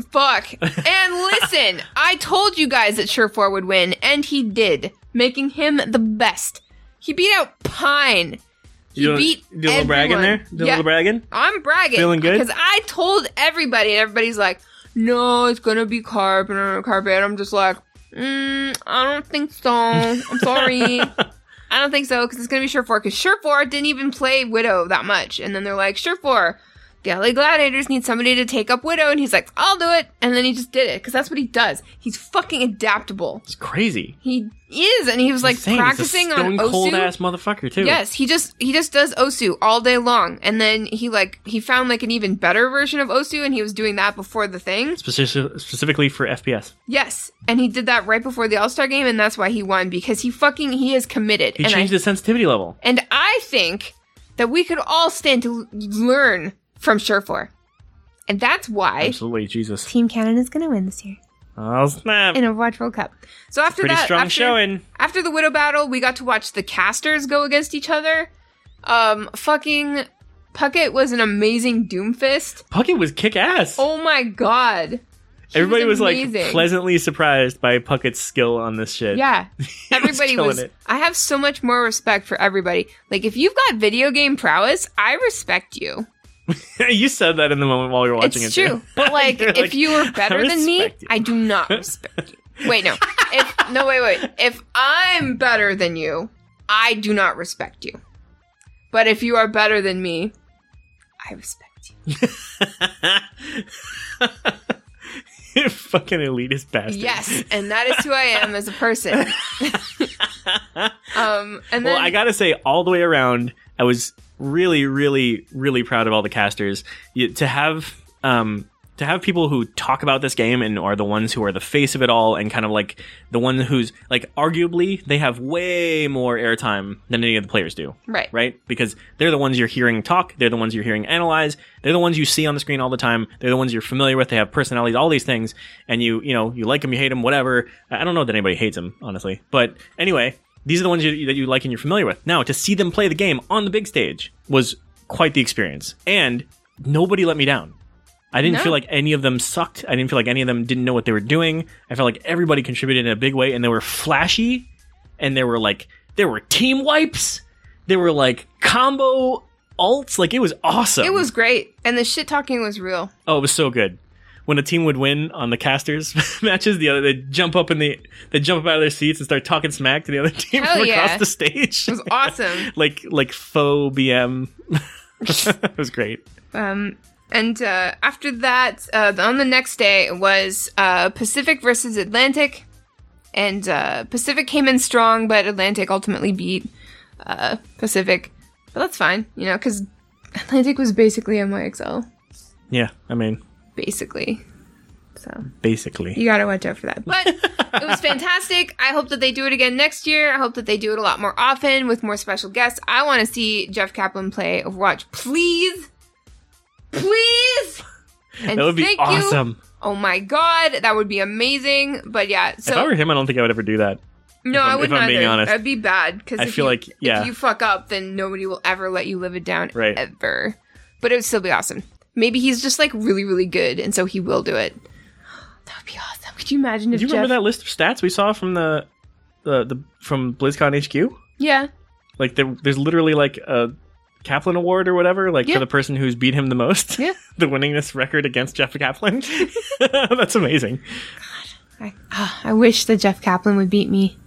Speaker 1: fuck. And listen, I told you guys that Surefour would win, and he did, making him the best. He beat out Pine. He
Speaker 2: you
Speaker 1: beat
Speaker 2: do a little bragging there?
Speaker 1: everyone.
Speaker 2: Do a
Speaker 1: Yeah.
Speaker 2: little bragging?
Speaker 1: I'm bragging.
Speaker 2: Feeling good?
Speaker 1: Because I told everybody, and everybody's like, no, it's going to be Carpenter, Carpenter. I'm just like, mm, I don't think so. I'm sorry. I don't think so, because it's going to be Sure 4. Because Sure 4 didn't even play Widow that much. And then they're like, Sure 4, the LA Gladiators need somebody to take up Widow. And he's like, I'll do it. And then he just did it, because that's what he does. He's fucking adaptable.
Speaker 2: It's crazy.
Speaker 1: He is, and he was like
Speaker 2: Insane. He's
Speaker 1: practicing
Speaker 2: a stone
Speaker 1: on Osu.
Speaker 2: cold ass motherfucker too.
Speaker 1: Yes, he just he just does Osu all day long, and then he like he found like an even better version of Osu, and he was doing that before the thing.
Speaker 2: Speci- specifically for FPS.
Speaker 1: Yes, and he did that right before the All Star game, and that's why he won because he fucking he is committed.
Speaker 2: He
Speaker 1: and
Speaker 2: changed
Speaker 1: I,
Speaker 2: his sensitivity level.
Speaker 1: and I think that we could all stand to l- learn from Surefour, and that's why
Speaker 2: Absolutely, Jesus.
Speaker 3: Team Canada's gonna win this year
Speaker 2: Oh snap.
Speaker 3: in Overwatch World Cup.
Speaker 1: So after
Speaker 2: Pretty
Speaker 1: that,
Speaker 2: strong
Speaker 1: after,
Speaker 2: showing.
Speaker 1: After the widow battle, we got to watch the casters go against each other. Um, fucking Puckett was an amazing doomfist.
Speaker 2: Puckett was kick ass.
Speaker 1: Oh my god. He
Speaker 2: Everybody was, like
Speaker 1: amazing.
Speaker 2: pleasantly surprised by Puckett's skill on this shit.
Speaker 1: Yeah.
Speaker 2: was
Speaker 1: Everybody
Speaker 2: killing
Speaker 1: was,
Speaker 2: it.
Speaker 1: I have so much more respect for everybody. Like if you've got video game prowess, I respect you.
Speaker 2: you said that in the moment while you were watching
Speaker 1: it's
Speaker 2: it. too.
Speaker 1: true. But like
Speaker 2: You're
Speaker 1: if you were better
Speaker 2: "I
Speaker 1: than me,
Speaker 2: respect you."
Speaker 1: I do not respect you. Wait, no. If no wait, wait. If I'm better than you, I do not respect you. But if you are better than me, I respect you.
Speaker 2: If fucking elitist bastard.
Speaker 1: Yes, and that is who I am as a person. um, and then
Speaker 2: Well, I gotta say, all the way around, I was really, really, really proud of all the casters. You, to have um, to have people who talk about this game and are the ones who are the face of it all, and kind of like the one who's like arguably they have way more airtime than any of the players do.
Speaker 1: Right.
Speaker 2: Right. Because they're the ones you're hearing talk. They're the ones you're hearing analyze. They're the ones you see on the screen all the time. They're the ones you're familiar with. They have personalities. All these things, and you you know you like them, you hate them, whatever. I I don't know that anybody hates them, honestly. But anyway, these are the ones you, that you like and you're familiar with. Now, to see them play the game on the big stage was quite the experience, and nobody let me down. I didn't
Speaker 1: No.
Speaker 2: feel like any of them sucked. I didn't feel like any of them didn't know what they were doing. I felt like everybody contributed in a big way, and they were flashy, and there were like there were team wipes, there were like combo alts. Like it was awesome.
Speaker 1: it was great, and the shit talking was real.
Speaker 2: Oh, it was so good. When a team would win on the casters matches, the other they jump up in the they jump up out of their seats and start talking smack to the other team
Speaker 1: Hell
Speaker 2: from
Speaker 1: yeah.
Speaker 2: across the stage.
Speaker 1: It was awesome.
Speaker 2: like like faux BM. it was great.
Speaker 1: Um, and uh, after that, uh, on the next day it was uh, Pacific versus Atlantic, and uh, Pacific came in strong, but Atlantic ultimately beat uh, Pacific. But that's fine, you know, because Atlantic was basically MyXL,
Speaker 2: Yeah, I mean,
Speaker 1: basically. So
Speaker 2: basically.
Speaker 1: you gotta watch out for that. But it was fantastic. I hope that they do it again next year. I hope that they do it a lot more often with more special guests. I want to see Jeff Kaplan play Overwatch, please, please. And
Speaker 2: that would be
Speaker 1: thank you.
Speaker 2: awesome.
Speaker 1: Oh my god, that would be amazing. But yeah, so
Speaker 2: if I were him, I don't think I would ever do that.
Speaker 1: no,
Speaker 2: if
Speaker 1: I
Speaker 2: I'm-
Speaker 1: wouldn't
Speaker 2: if I'm
Speaker 1: either.
Speaker 2: being honest.
Speaker 1: That'd be bad because
Speaker 2: I
Speaker 1: if
Speaker 2: feel
Speaker 1: you,
Speaker 2: like- yeah.
Speaker 1: if you fuck up, then nobody will ever let you live it down
Speaker 2: Right.
Speaker 1: ever. But it would still be awesome. Maybe he's just like really, really good, and so he will do it. That would be awesome. Could you imagine if
Speaker 2: Do you
Speaker 1: Jeff?
Speaker 2: remember that list of stats we saw from the the, the from BlizzCon HQ?
Speaker 1: Yeah,
Speaker 2: Like there, there's literally like a Kaplan Award or whatever, like
Speaker 1: Yeah.
Speaker 2: for the person who's beat him the most.
Speaker 1: Yeah.
Speaker 2: the winningness record against Jeff Kaplan. That's amazing.
Speaker 1: I, ah, I wish that Jeff Kaplan would beat me,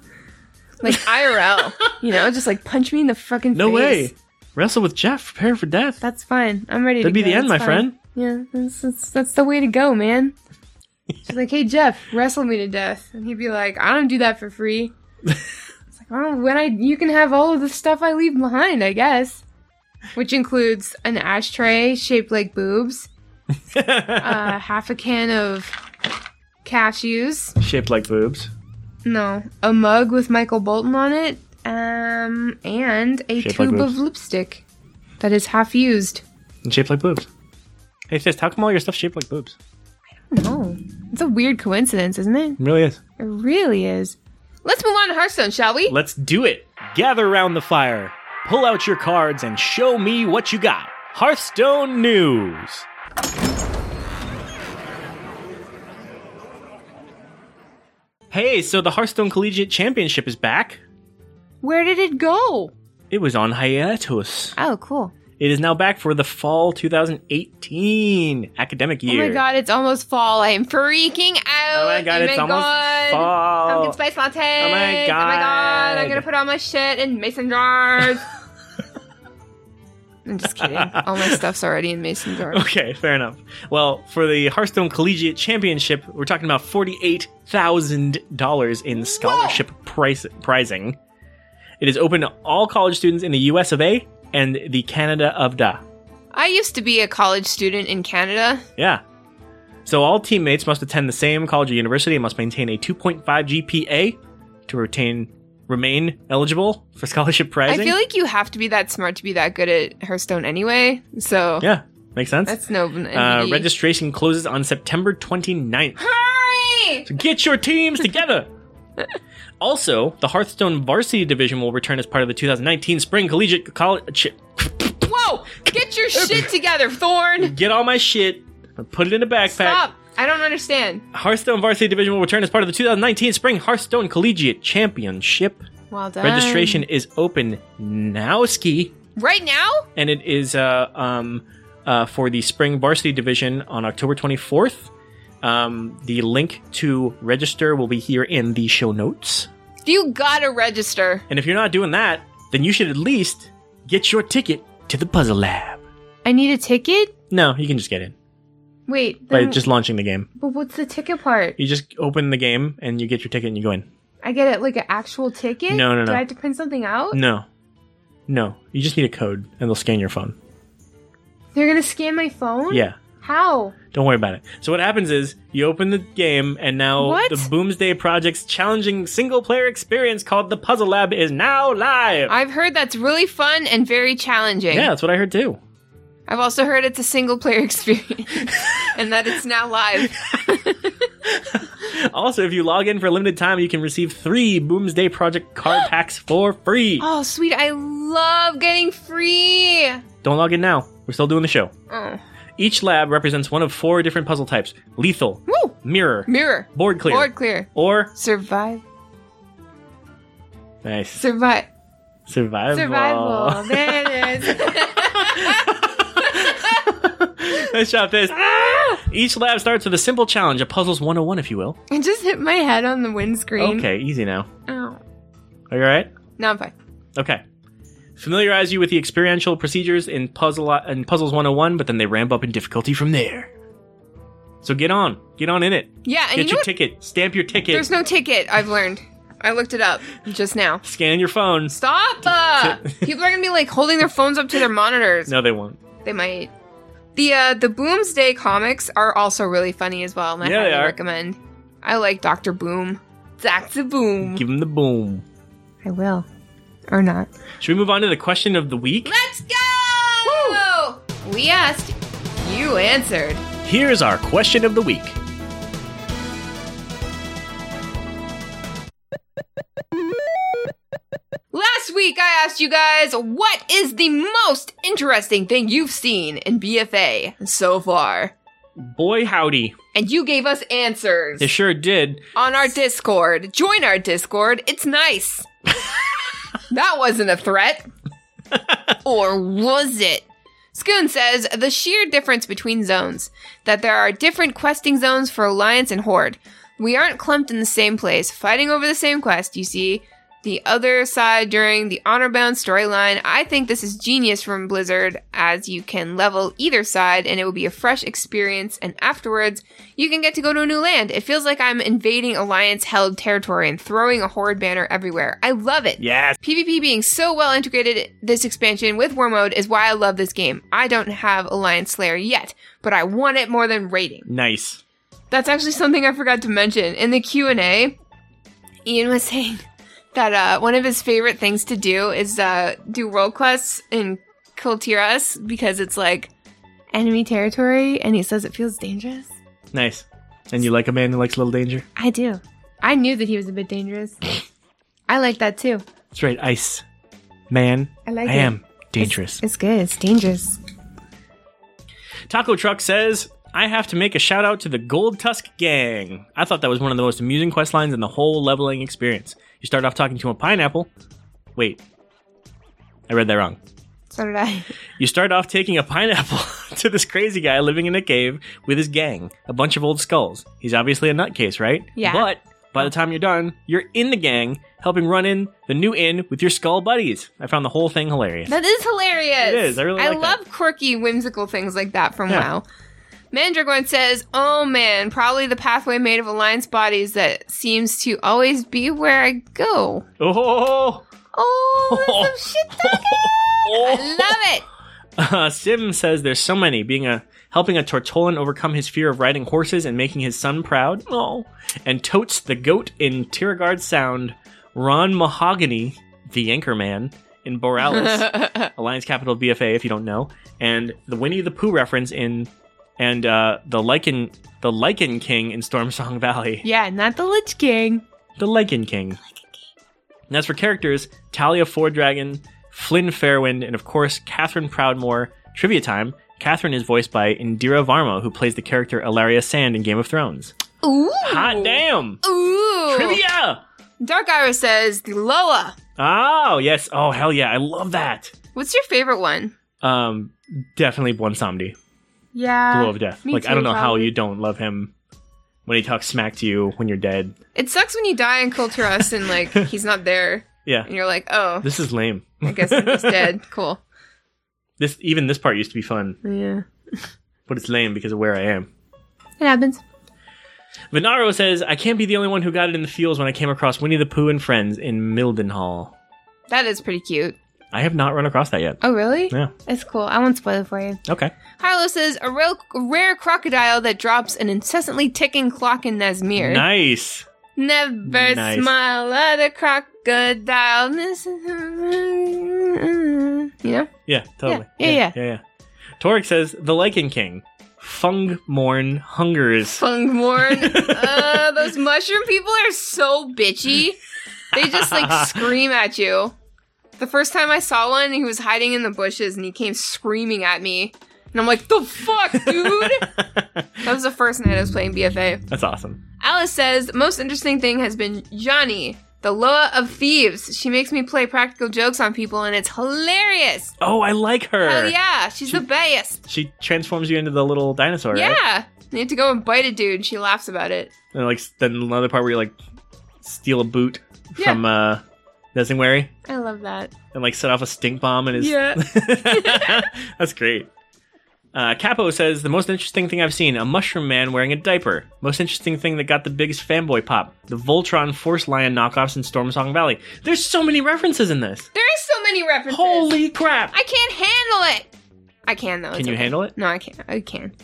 Speaker 1: like IRL. you know, just like punch me in the fucking
Speaker 2: No
Speaker 1: face.
Speaker 2: way. Wrestle with Jeff. Prepare for death.
Speaker 1: That's fine. I'm ready.
Speaker 2: That'd
Speaker 1: to
Speaker 2: be
Speaker 1: go.
Speaker 2: the end,
Speaker 1: That's
Speaker 2: my
Speaker 1: fine.
Speaker 2: friend.
Speaker 1: Yeah, that's, that's, that's the way to go, man. She's like, hey, Jeff, wrestle me to death. And he'd be like, I don't do that for free. It's like, oh, when I, you can have all of the stuff I leave behind, I guess. Which includes an ashtray shaped like boobs, uh, half a can of cashews,
Speaker 2: Shaped like boobs.
Speaker 1: no, a mug with Michael Bolton on it, um, and a
Speaker 2: Shaped like
Speaker 1: tube of
Speaker 2: boobs.
Speaker 1: lipstick that is half used.
Speaker 2: And shaped like boobs. Hey, Fist, how come all your stuff's shaped like boobs?
Speaker 1: No, it's a weird coincidence, isn't it?
Speaker 2: It really is.
Speaker 1: It really is. Let's move on to Hearthstone, shall we?
Speaker 2: Let's do it. Gather round the fire. Pull out your cards and show me what you got. Hearthstone news. Hey, so the Hearthstone Collegiate Championship is back.
Speaker 1: Where did it go?
Speaker 2: It was on hiatus.
Speaker 1: Oh, cool.
Speaker 2: It is now back for the fall 2018 academic year.
Speaker 1: Oh my god, it's almost fall. I am freaking out.
Speaker 2: Oh my god, it's almost
Speaker 1: god.
Speaker 2: fall.
Speaker 1: Pumpkin spice latte.
Speaker 2: Oh my
Speaker 1: Oh my god, I'm
Speaker 2: God.
Speaker 1: gonna put all my shit in mason jars. I'm just kidding. All my stuff's already in mason jars.
Speaker 2: Okay, fair enough. Well, for the Hearthstone Collegiate Championship, we're talking about forty-eight thousand dollars in scholarship price prizing. It is open to all college students in the U.S. of A. and the Canada of Da.
Speaker 1: I used to be a college student in Canada.
Speaker 2: Yeah. So all teammates must attend the same college or university and must maintain a 2.5 GPA to retain remain eligible for scholarship
Speaker 1: I
Speaker 2: prizing.
Speaker 1: feel like you have to be that smart to be that good at Hearthstone anyway. So
Speaker 2: yeah, makes sense.
Speaker 1: that's no.
Speaker 2: uh, registration closes on September 29th.
Speaker 1: Hurry!
Speaker 2: So get your teams together. also, the Hearthstone Varsity Division will return as part of the 2019 Spring Collegiate College.
Speaker 1: Whoa! Get your shit together, Thorn!
Speaker 2: Get all my shit, put it in a backpack.
Speaker 1: Stop! I don't understand.
Speaker 2: Hearthstone Varsity Division will return as part of the 2019 Spring Hearthstone Collegiate Championship.
Speaker 1: Well done.
Speaker 2: Registration is open now, ski,
Speaker 1: Right now?
Speaker 2: and it is uh, um, uh, for the Spring Varsity Division on October 24th. Um, the link to register will be here in the show notes.
Speaker 1: You gotta register.
Speaker 2: And if you're not doing that, then you should at least get your ticket to the Puzzle Lab.
Speaker 1: I need a ticket?
Speaker 2: No, you can just get in.
Speaker 1: Wait,
Speaker 2: by
Speaker 1: then,
Speaker 2: just launching the game.
Speaker 1: but what's the ticket part?
Speaker 2: You just open the game and you get your ticket and you go in.
Speaker 1: I get it like an actual ticket.
Speaker 2: No, no,
Speaker 1: Do
Speaker 2: no.
Speaker 1: I have to print something out?
Speaker 2: No, no, you just need a code and they'll scan your phone.
Speaker 1: They're gonna scan my phone.
Speaker 2: Yeah.
Speaker 1: How?
Speaker 2: Don't worry about it. So what happens is you open the game, and now
Speaker 1: What?
Speaker 2: the Boomsday Project's challenging single-player experience called the Puzzle Lab is now live.
Speaker 1: I've heard that's really fun and very challenging.
Speaker 2: yeah, that's what I heard too.
Speaker 1: I've also heard it's a single player experience and that it's now live.
Speaker 2: Also, if you log in for a limited time, you can receive three Boomsday Project card packs for free.
Speaker 1: Oh, sweet. I love getting free.
Speaker 2: Don't log in now. We're still doing the show.
Speaker 1: Oh.
Speaker 2: Each lab represents one of four different puzzle types: lethal,
Speaker 1: Woo!
Speaker 2: mirror,
Speaker 1: Mirror.
Speaker 2: board clear,
Speaker 1: Board clear.
Speaker 2: or
Speaker 1: Survive.
Speaker 2: nice
Speaker 1: Survive.
Speaker 2: survival.
Speaker 1: Survival. There it is.
Speaker 2: nice shot, this.
Speaker 1: Ah!
Speaker 2: Each lab starts with a simple challenge, a puzzles 101, if you will.
Speaker 1: I just hit my head on the windscreen.
Speaker 2: Okay, easy now.
Speaker 1: Ow.
Speaker 2: Are you all right?
Speaker 1: No, I'm fine.
Speaker 2: Okay. Familiarize you with the experiential procedures in puzzle in puzzles 101, but then they ramp up in difficulty from there. So get on, get on in it.
Speaker 1: Yeah, and
Speaker 2: Get
Speaker 1: you know
Speaker 2: your
Speaker 1: what?
Speaker 2: ticket. Stamp your ticket.
Speaker 1: There's no ticket, I've learned. I looked it up just now.
Speaker 2: Scan your phone.
Speaker 1: Stop! Uh, people are gonna be like holding their phones up to their monitors.
Speaker 2: No, they won't.
Speaker 1: They might. The uh, the Boomsday comics are also really funny as well. and I
Speaker 2: Yeah, they
Speaker 1: highly
Speaker 2: are.
Speaker 1: recommend. I like Doctor Boom. Doctor Boom.
Speaker 2: Give them the boom.
Speaker 1: I will, or not.
Speaker 2: Should we move on to the question of the week?
Speaker 1: Let's go! We asked, you answered.
Speaker 2: Here's our question of the week.
Speaker 1: Last week, I asked you guys, what is the most interesting thing you've seen in BFA so far?
Speaker 2: Boy, howdy.
Speaker 1: And you gave us answers
Speaker 2: They sure did.
Speaker 1: on our Discord. Join our Discord, it's nice. that wasn't a threat. or was it? Schoon says the sheer difference between zones, that there are different questing zones for Alliance and Horde. We aren't clumped in the same place, fighting over the same quest, you see. The other side during the Honor Bound storyline, I think this is genius from Blizzard, as you can level either side and it will be a fresh experience, and afterwards, you can get to go to a new land. It feels like I'm invading Alliance held territory and throwing a Horde banner everywhere. I love it.
Speaker 2: Yes.
Speaker 1: PvP being so well integrated this expansion with War Mode is why I love this game. I don't have Alliance Slayer yet, but I want it more than rating.
Speaker 2: Nice.
Speaker 1: That's actually something I forgot to mention in the Q and A. Ian was saying that uh, one of his favorite things to do is uh, do role quests in Kultiras because it's like enemy territory, and he says it feels dangerous.
Speaker 2: Nice. And you like a man who likes a little danger?
Speaker 1: I do. I knew that he was a bit dangerous. I like that too.
Speaker 2: That's right, ice. Man,
Speaker 1: I like
Speaker 2: I
Speaker 1: it.
Speaker 2: am dangerous.
Speaker 1: It's good. It's dangerous.
Speaker 2: Taco Truck says, I have to make a shout out to the Gold Tusk Gang. I thought that was one of the most amusing quest lines in the whole leveling experience. You start off talking to a pineapple. Wait, I read that wrong.
Speaker 1: So did I.
Speaker 2: You start off taking a pineapple to this crazy guy living in a cave with his gang, a bunch of old skulls. He's obviously a nutcase, right?
Speaker 1: Yeah.
Speaker 2: But by the time you're done, you're in the gang, helping run in the new inn with your skull buddies. I found the whole thing hilarious.
Speaker 1: That is hilarious.
Speaker 2: It is. I really like that.
Speaker 1: love quirky, whimsical things like that from
Speaker 2: Yeah.
Speaker 1: WoW. Mandragorn says, "Oh man, probably the pathway made of alliance bodies that seems to always be where I go.
Speaker 2: Oh,
Speaker 1: Oh, there's some shit talking. I love it.
Speaker 2: Uh, Sim says there's so many being a helping a Tortolan overcome his fear of riding horses and making his son proud. Oh, and totes the goat in Tiragard Sound. Ron Mahogany, the Anchorman in Boralis, Alliance capital of BFA, if you don't know, and the Winnie the Pooh reference in and uh, the Lycan the Lycan King in Stormsong Valley.
Speaker 1: Yeah, not the Lich King.
Speaker 2: The Lycan King. And as for characters, Talia Fordragon, Flynn Fairwind, and of course, Catherine Proudmore. Trivia time. Catherine is voiced by Indira Varma, who plays the character Ilaria Sand in Game of Thrones.
Speaker 1: Ooh,
Speaker 2: Hot damn!
Speaker 1: Ooh,
Speaker 2: Trivia!
Speaker 1: Dark Iris says the Loa.
Speaker 2: Oh, yes. Oh, hell yeah. I love that.
Speaker 1: What's your favorite one?
Speaker 2: Um, definitely Blonsomdi,
Speaker 1: Yeah,
Speaker 2: Blow of Death.
Speaker 1: Uh, me
Speaker 2: Like, I
Speaker 1: too,
Speaker 2: don't know how
Speaker 1: probably.
Speaker 2: you don't love him when he talks smack to you when you're dead.
Speaker 1: It sucks when you die in Kulturas and like he's not there,
Speaker 2: Yeah.
Speaker 1: and you're like, oh,
Speaker 2: This is lame.
Speaker 1: I guess I'm just dead. Cool.
Speaker 2: This even this part used to be fun,
Speaker 1: Yeah.
Speaker 2: but it's lame because of where I am.
Speaker 1: It happens.
Speaker 2: Venaro says, I can't be the only one who got it in the feels when I came across Winnie the Pooh and Friends in Mildenhall.
Speaker 1: That is pretty cute.
Speaker 2: I have not run across that yet.
Speaker 1: Oh, really?
Speaker 2: Yeah.
Speaker 1: It's cool. I won't spoil it for you.
Speaker 2: Okay.
Speaker 1: Harlow says a real, rare crocodile that drops an incessantly ticking clock in Nesmir.
Speaker 2: Nice.
Speaker 1: Never
Speaker 2: Nice.
Speaker 1: smile at a crocodile. This is- You know?
Speaker 2: Yeah, totally.
Speaker 1: Yeah, yeah,
Speaker 2: yeah. Torek says, The Lichen King. Fung Morn Hungers.
Speaker 1: Fungmorn. uh, those mushroom people are so bitchy. They just like scream at you. The first time I saw one, he was hiding in the bushes and he came screaming at me. And I'm like, the fuck, dude? that was the first night I was playing BFA.
Speaker 2: That's awesome.
Speaker 1: Alice says, the most interesting thing has been Johnny, the Loa of Thieves. She makes me play practical jokes on people and it's hilarious.
Speaker 2: Oh, I like her.
Speaker 1: Hell yeah, she's the best.
Speaker 2: She transforms you into the little dinosaur, right?
Speaker 1: Yeah. You have to go and bite a dude. She laughs about it.
Speaker 2: And like then another part where you like steal a boot
Speaker 1: Yeah.
Speaker 2: from uh Desingwary
Speaker 1: I love that.
Speaker 2: and like set off a stink bomb and his
Speaker 1: Yeah.
Speaker 2: That's great. Uh, Capo says the most interesting thing I've seen: a mushroom man wearing a diaper. Most interesting thing that got the biggest fanboy pop: the Voltron Force Lion knockoffs in Stormsong Valley. There's so many references in this.
Speaker 1: There are so many references.
Speaker 2: Holy crap!
Speaker 1: I can't handle it. I can though.
Speaker 2: Can
Speaker 1: it's
Speaker 2: you
Speaker 1: okay.
Speaker 2: handle it?
Speaker 1: No, I can't. I can.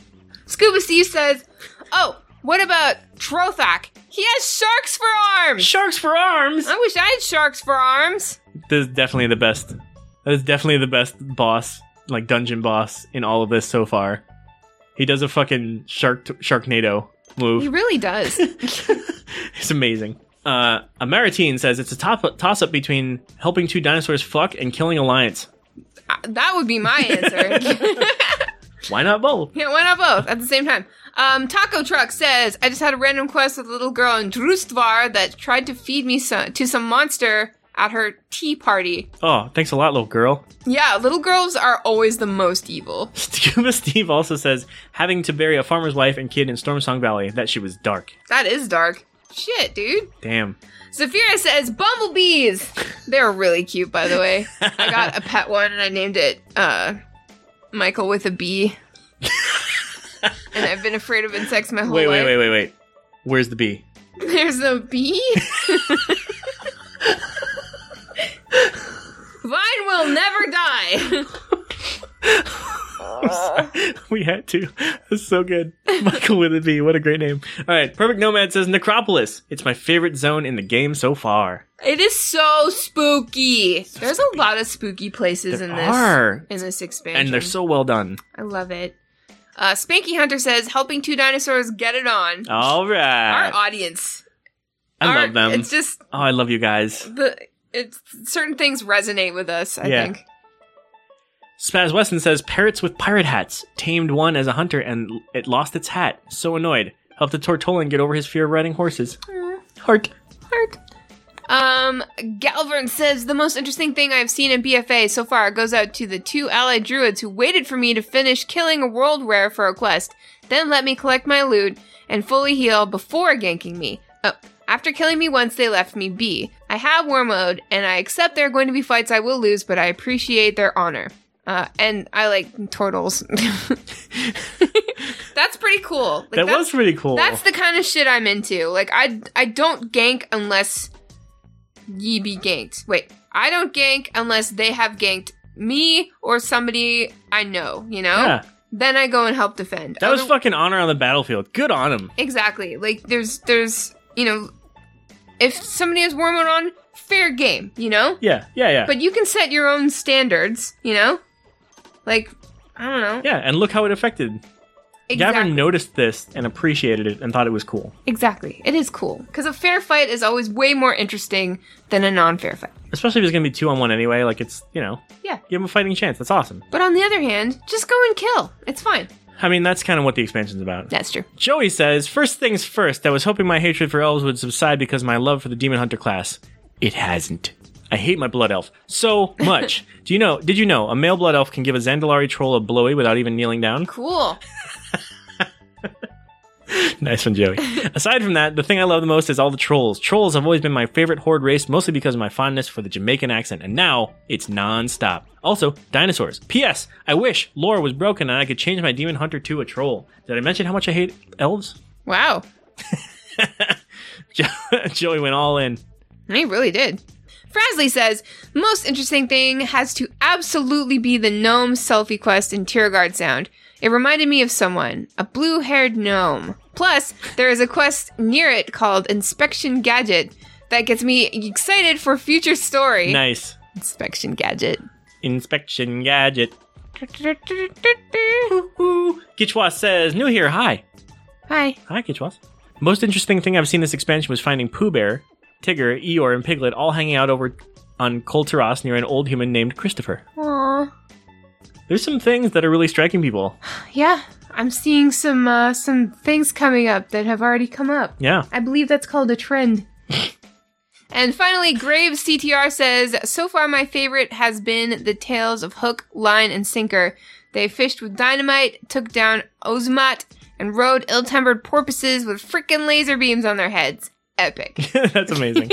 Speaker 1: Scuba Steve says, "Oh, what about Trothok? He has sharks for arms.
Speaker 2: Sharks for arms.
Speaker 1: I wish I had sharks for arms.
Speaker 2: This is definitely the best. That is definitely the best boss, like dungeon boss, in all of this so far. He does a fucking shark sharknado move.
Speaker 1: He really does.
Speaker 2: It's amazing. Uh, Amaritine says it's a top- toss up between helping two dinosaurs fuck and killing Alliance.
Speaker 1: Uh, that would be my answer.
Speaker 2: Why not both?
Speaker 1: yeah, why not both at the same time?" Um, Taco Truck says, "I just had a random quest with a little girl in Drustvar that tried to feed me some, to some monster." At her tea party.
Speaker 2: Oh, thanks a lot, little girl.
Speaker 1: Yeah, little girls are always the most evil.
Speaker 2: Scuba Steve also says having to bury a farmer's wife and kid in Stormsong Valley. That shit was dark.
Speaker 1: That is dark. Shit, dude.
Speaker 2: Damn.
Speaker 1: Zafira says bumblebees. They're really cute, by the way. I got a pet one and I named it uh, Michael with a B. and I've been afraid of insects my whole
Speaker 2: Wait, wait,
Speaker 1: life.
Speaker 2: wait, wait, wait. Where's the bee?
Speaker 1: There's a bee. Vine will never die.
Speaker 2: we had to. That's so good. Michael with a B. What a great name. All right. Perfect Nomad says Necropolis. It's my favorite zone in the game so far.
Speaker 1: It is so spooky. There's a lot of spooky places
Speaker 2: There
Speaker 1: in this
Speaker 2: are.
Speaker 1: in this expansion.
Speaker 2: And they're so well done.
Speaker 1: I love it. Uh, Spanky Hunter says, helping two dinosaurs get it on.
Speaker 2: All
Speaker 1: Our
Speaker 2: right.
Speaker 1: audience.
Speaker 2: I
Speaker 1: Our-
Speaker 2: love them.
Speaker 1: It's just
Speaker 2: Oh, I love you guys.
Speaker 1: the it's certain things resonate with us, I
Speaker 2: Yeah.
Speaker 1: think.
Speaker 2: Spaz Weston says parrots with pirate hats tamed one as a hunter and l- it lost its hat. So annoyed. Helped the Tortolan get over his fear of riding horses.
Speaker 1: Mm.
Speaker 2: Heart.
Speaker 1: Heart. Um, Galvern says the most interesting thing I've seen in BFA so far goes out to the two allied druids who waited for me to finish killing a world rare for a quest, then let me collect my loot and fully heal before ganking me. Oh, after killing me once, they left me be. I have war mode, and I accept there are going to be fights I will lose, but I appreciate their honor. Uh, and I like turtles. that's pretty cool. Like,
Speaker 2: that
Speaker 1: that's-
Speaker 2: was pretty cool.
Speaker 1: that's the kind of shit I'm into. Like I I don't gank unless ye be ganked. Wait, I don't gank unless they have ganked me or somebody I know, you know?
Speaker 2: yeah.
Speaker 1: Then I go and help defend.
Speaker 2: That was
Speaker 1: Other-
Speaker 2: fucking honor on the battlefield. Good on him.
Speaker 1: Exactly. Like there's there's you know if somebody has war mode on, fair game, you know?
Speaker 2: Yeah. Yeah. Yeah.
Speaker 1: But you can set your own standards, you know? Like I don't know.
Speaker 2: yeah. And look how it affected
Speaker 1: Exactly.
Speaker 2: Gavin noticed this and appreciated it and thought it was cool,
Speaker 1: exactly. It is cool. Because a fair fight is always way more interesting than a non fair fight.
Speaker 2: especially if it's going to be two on one anyway. Like it's you know,
Speaker 1: Yeah.
Speaker 2: give him a fighting chance. That's awesome.
Speaker 1: But on the other hand, just go and kill. It's fine.
Speaker 2: I mean, that's kind of what the expansion's about.
Speaker 1: That's true.
Speaker 2: Joey says, first things first. I was hoping my hatred for elves would subside because my love for the demon hunter class. It hasn't. I hate my blood elf so much. Do you know? Did you know a male blood elf can give a Zandalari troll a blowy without even kneeling down?
Speaker 1: Cool.
Speaker 2: nice one, Joey. Aside from that, the thing I love the most is all the trolls. Trolls have always been my favorite horde race, mostly because of my fondness for the Jamaican accent, and now it's nonstop. Also, dinosaurs. P.S. I wish lore was broken and I could change my demon hunter to a troll. Did I mention how much I hate elves?
Speaker 1: Wow.
Speaker 2: Jo- Joey went all in.
Speaker 1: They really did. Frasley says, most interesting thing has to absolutely be the gnome selfie quest in Tiergard Sound. It reminded me of someone, a blue haired gnome. Plus, there is a quest near it called Inspection Gadget that gets me excited for future story.
Speaker 2: Nice.
Speaker 1: Inspection Gadget.
Speaker 2: Inspection gadget. Ooh. Gichwa says, new here, hi.
Speaker 1: Hi.
Speaker 2: Hi, Kitchwas. Most interesting thing I've seen this expansion was finding Pooh Bear, Tigger, Eeyore, and Piglet all hanging out over on Colteros near an old human named Christopher.
Speaker 1: Aww.
Speaker 2: There's some things that are really striking people.
Speaker 1: Yeah, I'm seeing some uh, some things coming up that have already come up.
Speaker 2: Yeah.
Speaker 1: I believe that's called a trend. and finally, Graves CTR says So far, my favorite has been the tales of hook, line, and sinker. They fished with dynamite, took down Ozmat, and rode ill tempered porpoises with frickin' laser beams on their heads. Epic.
Speaker 2: That's amazing.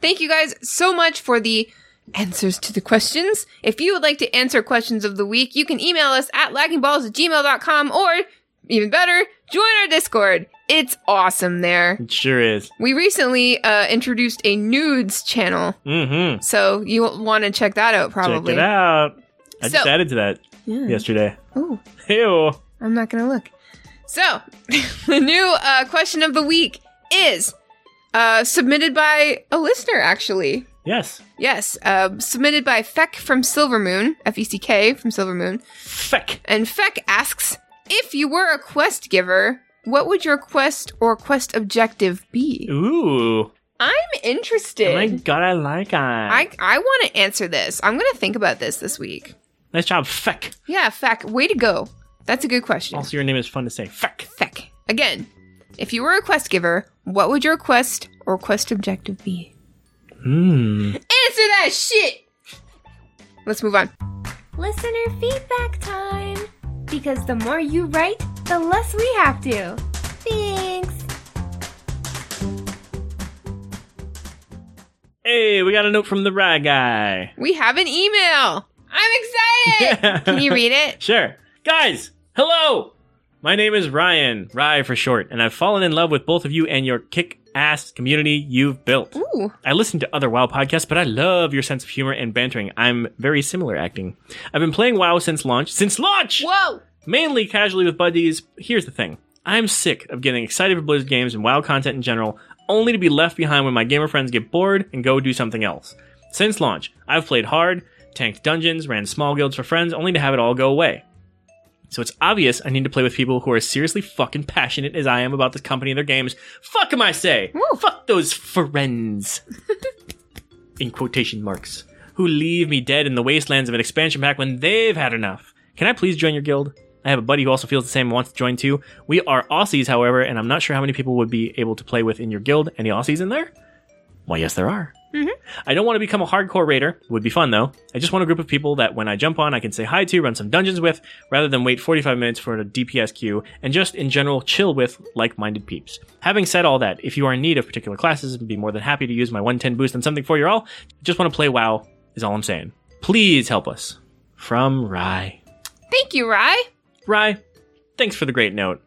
Speaker 1: Thank you guys so much for the answers to the questions. If you would like to answer questions of the week, you can email us at laggingballs at gmail.com or, even better, join our Discord. It's awesome there.
Speaker 2: it sure is.
Speaker 1: We recently uh, introduced a nudes channel,
Speaker 2: Mm-hmm.
Speaker 1: so you'll want to check that out
Speaker 2: Check
Speaker 1: probably.
Speaker 2: it out. I just
Speaker 1: So-
Speaker 2: added to that
Speaker 1: Yeah.
Speaker 2: yesterday.
Speaker 1: Ooh,
Speaker 2: Ew.
Speaker 1: I'm not gonna look. So, the new uh, question of the week is uh, submitted by a listener, actually.
Speaker 2: Yes.
Speaker 1: Yes, uh, submitted by Feck from Silvermoon, F E C K from Silvermoon,
Speaker 2: Feck.
Speaker 1: and Feck asks if you were a quest giver. What would your quest or quest objective be?
Speaker 2: Ooh.
Speaker 1: I'm interested.
Speaker 2: My God, I like it.
Speaker 1: I I want to answer this. I'm going to think about this this week.
Speaker 2: nice job, Feck.
Speaker 1: Yeah, feck. Way to go. That's a good question.
Speaker 2: Also, your name is fun to say. Feck.
Speaker 1: Feck. Again, if you were a quest giver, what would your quest or quest objective be?
Speaker 2: Mmm.
Speaker 1: Answer that shit. Let's move on.
Speaker 3: Listener feedback time! Because the more you write, the less we have to. Thanks!
Speaker 2: Hey, we got a note from the Rye Guy.
Speaker 1: We have an email. I'm excited.
Speaker 2: Yeah.
Speaker 1: Can you read it?
Speaker 2: Sure. Guys, hello! My name is Ryan, Rye for short, and I've fallen in love with both of you and your kick ass community you've built.
Speaker 1: Ooh.
Speaker 2: I listen to other WoW podcasts, but I love your sense of humor and bantering. I'm very similar acting. I've been playing WoW since launch. Since launch!
Speaker 1: Whoa.
Speaker 2: Mainly casually with buddies. Here's the thing I'm sick of getting excited for Blizzard games and WoW content in general, only to be left behind when my gamer friends get bored and go do something else. Since launch, I've played hard, tanked dungeons, ran small guilds for friends, only to have it all go away. So it's obvious I need to play with people who are seriously fucking passionate as I am about the company and their games. Fuck am I say?
Speaker 1: Woo.
Speaker 2: Fuck those friends. in quotation marks. Who leave me dead in the wastelands of an expansion pack when they've had enough. Can I please join your guild? I have a buddy who also feels the same and wants to join too. We are Aussies, however, and I'm not sure how many people would be able to play with in your guild. Any Aussies in there? Well, yes, there are. I don't want to become a hardcore raider. Would be fun though. I just want a group of people that when I jump on, I can say hi to, run some dungeons with, rather than wait 45 minutes for a DPS queue, and just in general chill with like-minded peeps. Having said all that, if you are in need of particular classes, I'd be more than happy to use my 110 boost on something for you all. Just want to play WoW is all I'm saying. Please help us. From Rye.
Speaker 1: Thank you, Rye.
Speaker 2: Rye, thanks for the great note.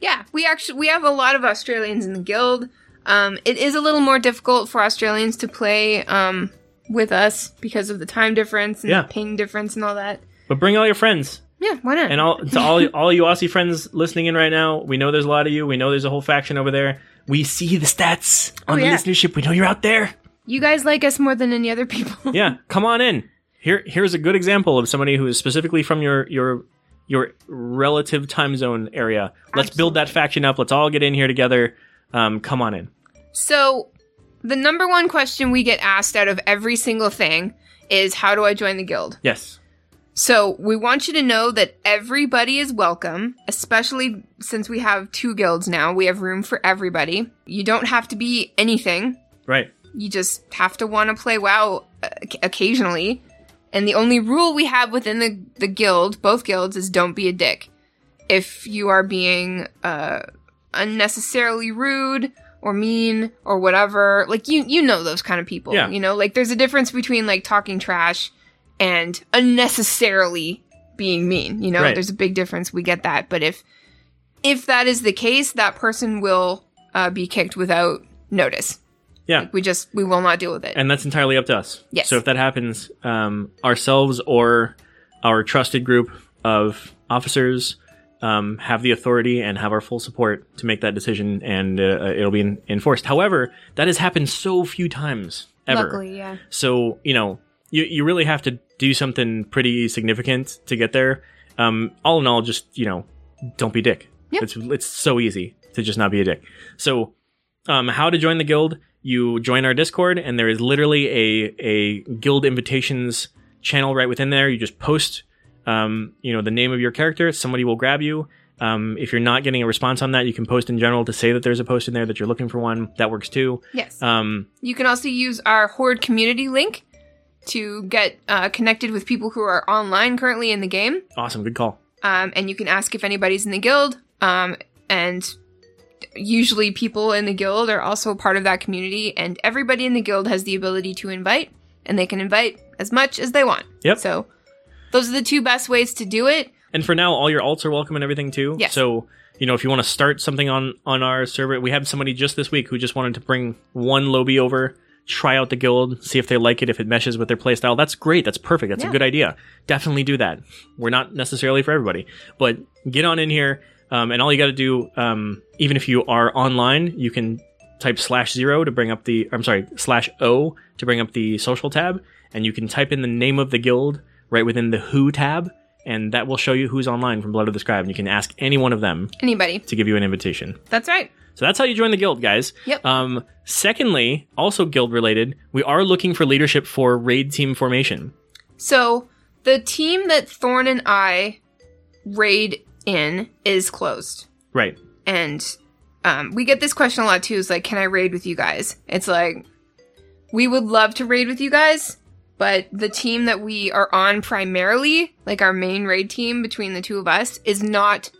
Speaker 1: Yeah, we actually we have a lot of Australians in the guild. Um, it is a little more difficult for Australians to play um, with us because of the time difference and
Speaker 2: Yeah.
Speaker 1: the ping difference and all that.
Speaker 2: But bring all your friends.
Speaker 1: Yeah, why not?
Speaker 2: And all to all all you Aussie friends listening in right now, we know there's a lot of you. We know there's a whole faction over there. We see the stats on
Speaker 1: Oh, yeah.
Speaker 2: the listenership. We know you're out there.
Speaker 1: you guys like us more than any other people.
Speaker 2: Yeah, come on in. Here here's a good example of somebody who is specifically from your your your relative time zone area. Let's build that faction up. Let's all get in here together. Um, come on in.
Speaker 1: So, the number one question we get asked out of every single thing is how do I join the guild?
Speaker 2: Yes.
Speaker 1: So, we want you to know that everybody is welcome, especially since we have two guilds now. We have room for everybody. You don't have to be anything.
Speaker 2: Right.
Speaker 1: You just have to want to play WoW uh, oc- occasionally. And the only rule we have within the, the guild, both guilds, is don't be a dick. If you are being uh, unnecessarily rude or mean or whatever. Like you you know those kind of people.
Speaker 2: Yeah.
Speaker 1: You know, like there's a difference between like talking trash and unnecessarily being mean. You know,
Speaker 2: Right.
Speaker 1: there's a big difference. We get that. But if if that is the case, that person will uh, be kicked without notice.
Speaker 2: Yeah.
Speaker 1: Like, we just we will not deal with it.
Speaker 2: and that's entirely up to us.
Speaker 1: Yes.
Speaker 2: So if that happens, um, ourselves or our trusted group of officers um, have the authority and have our full support to make that decision, and uh, it'll be en- enforced. However, that has happened so few times ever.
Speaker 1: Luckily, yeah.
Speaker 2: So you know, you you really have to do something pretty significant to get there. Um, all in all, just you know, don't be a dick.
Speaker 1: Yep.
Speaker 2: It's it's so easy to just not be a dick. So, um, how to join the guild? You join our Discord, and there is literally a a guild invitations channel right within there. You just post, um, you know, the name of your character. Somebody will grab you. Um, if you're not getting a response on that, you can post in general to say that there's a post in there that you're looking for one. That works too.
Speaker 1: Yes.
Speaker 2: Um,
Speaker 1: You can also use our Horde community link to get uh, connected with people who are online currently in the game.
Speaker 2: awesome, good call.
Speaker 1: Um, and you can ask if anybody's in the guild. Um, and usually people in the guild are also part of that community. And everybody in the guild has the ability to invite, and they can invite as much as they want.
Speaker 2: Yep.
Speaker 1: So those are the two best ways to do it.
Speaker 2: And for now, all your alts are welcome and everything too.
Speaker 1: Yes.
Speaker 2: So you know, if you want to start something on on our server, we had somebody just this week who just wanted to bring one lobby over, try out the guild, see if they like it, if it meshes with their playstyle. That's great. That's perfect. That's
Speaker 1: Yeah.
Speaker 2: a good idea. Definitely do that. We're not necessarily for everybody, but get on in here. Um, and all you got to do, um, even if you are online, you can type slash zero to bring up the. I'm sorry, slash O to bring up the social tab, and you can type in the name of the guild right within the Who tab, and that will show you who's online from Blood of the Scribe, and you can ask any one of them
Speaker 1: Anybody.
Speaker 2: to give you an invitation.
Speaker 1: That's right.
Speaker 2: So that's how you join the guild, guys.
Speaker 1: Yep.
Speaker 2: Um, secondly, also guild related, we are looking for leadership for raid team formation.
Speaker 1: So the team that Thorn and I raid in is closed.
Speaker 2: Right.
Speaker 1: and um, we get this question a lot too is like can i raid with you guys it's like we would love to raid with you guys but the team that we are on primarily like our main raid team between the two of us is not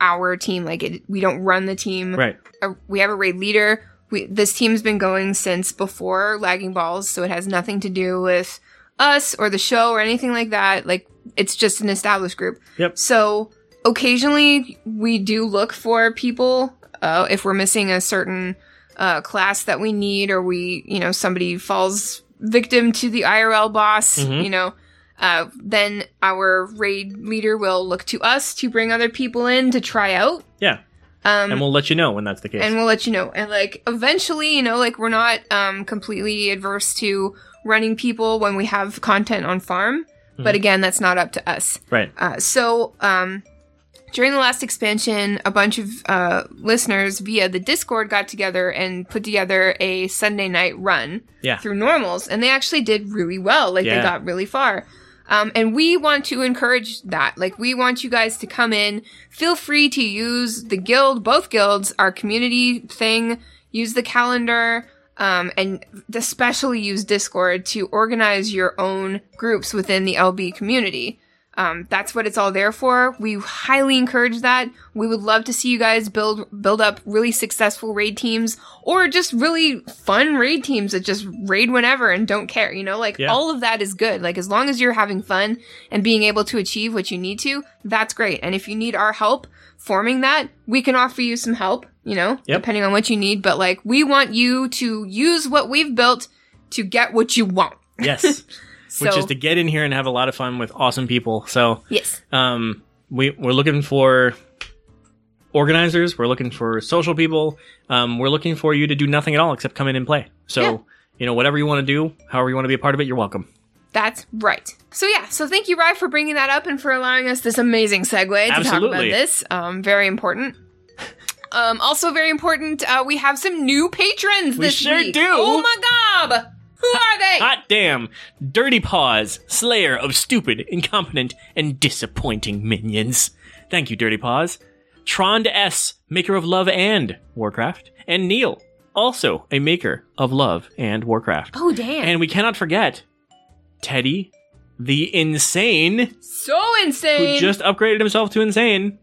Speaker 1: our team like it, we don't run the team
Speaker 2: Right.
Speaker 1: Uh, we have a raid leader we, this team's been going since before lagging balls so it has nothing to do with us or the show or anything like that like it's just an established group
Speaker 2: Yep.
Speaker 1: so occasionally we do look for people uh, if we're missing a certain uh, class that we need, or we, you know, somebody falls victim to the IRL boss,
Speaker 2: Mhm.
Speaker 1: you know. Uh, then our raid leader will look to us to bring other people in to try out.
Speaker 2: Yeah.
Speaker 1: Um,
Speaker 2: And we'll let you know when that's the case.
Speaker 1: and we'll let you know. And like eventually, you know, like we're not um completely adverse to running people when we have content on farm, but again, that's not up to us.
Speaker 2: right.
Speaker 1: Uh, so, um, during the last expansion, a bunch of uh, listeners via the Discord got together and put together a Sunday night run
Speaker 2: Yeah.
Speaker 1: through normals, and they actually did really well. Like,
Speaker 2: Yeah.
Speaker 1: they got really far. Um, and we want to encourage that. Like, we want you guys to come in. Feel free to use the guild, both guilds, our community thing, use the calendar, um, and especially use Discord to organize your own groups within the LB community. Um, that's what it's all there for. We highly encourage that. We would love to see you guys build build up really successful raid teams or just really fun raid teams that just raid whenever and don't care. You know, like
Speaker 2: Yeah.
Speaker 1: all of that is good. Like as long as you're having fun and being able to achieve what you need to, that's great. And if you need our help forming that, we can offer you some help. You know,
Speaker 2: Yep.
Speaker 1: depending on what you need. But like we want you to use what we've built to get what you want.
Speaker 2: Yes.
Speaker 1: So
Speaker 2: Which is to get in here and have a lot of fun with awesome people. So
Speaker 1: yes,
Speaker 2: um, we we're looking for organizers. We're looking for social people. Um, we're looking for you to do nothing at all except come in and play. So
Speaker 1: Yeah.
Speaker 2: you know whatever you want to do, however you want to be a part of it, you're welcome.
Speaker 1: That's right. So yeah, so thank you, Rye, for bringing that up and for allowing us this amazing segue to talk
Speaker 2: Absolutely.
Speaker 1: about this. Um, very important. Um, also very important. Uh, we have some new patrons
Speaker 2: We
Speaker 1: this
Speaker 2: sure
Speaker 1: week.
Speaker 2: do.
Speaker 1: Oh my god! Who are they?
Speaker 2: Hot damn, dirty paws, slayer of stupid, incompetent, and disappointing minions. Thank you, dirty paws. Trond S, maker of love and Warcraft, and Neil, also a maker of love and Warcraft.
Speaker 1: oh damn!
Speaker 2: And we cannot forget Teddy, the insane,
Speaker 1: so insane.
Speaker 2: who just upgraded himself to insane.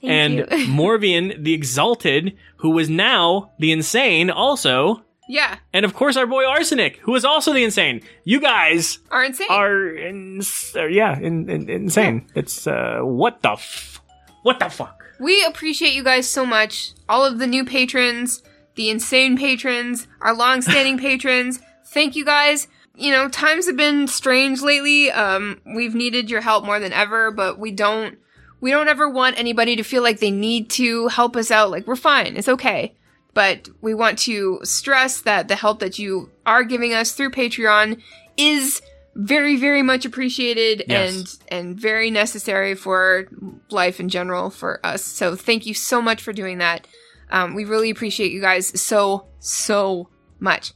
Speaker 2: and
Speaker 1: you.
Speaker 2: Morvian the Exalted, who was now the Insane, also,
Speaker 1: Yeah,
Speaker 2: and of course our boy Arsenic, who is also the Insane. You guys
Speaker 1: are insane.
Speaker 2: are, ins- uh, yeah, in- in- insane. It's uh, what the f- what the fuck.
Speaker 1: we appreciate you guys so much. All of the new patrons, the insane patrons, our long-standing patrons. Thank you guys. You know, times have been strange lately. Um, we've needed your help more than ever, but we don't. We don't ever want anybody to feel like they need to help us out. Like we're fine. It's okay. but we want to stress that the help that you are giving us through Patreon is very very much appreciated
Speaker 2: Yes.
Speaker 1: and and very necessary for life in general for us. So thank you so much for doing that. Um, we really appreciate you guys so so much.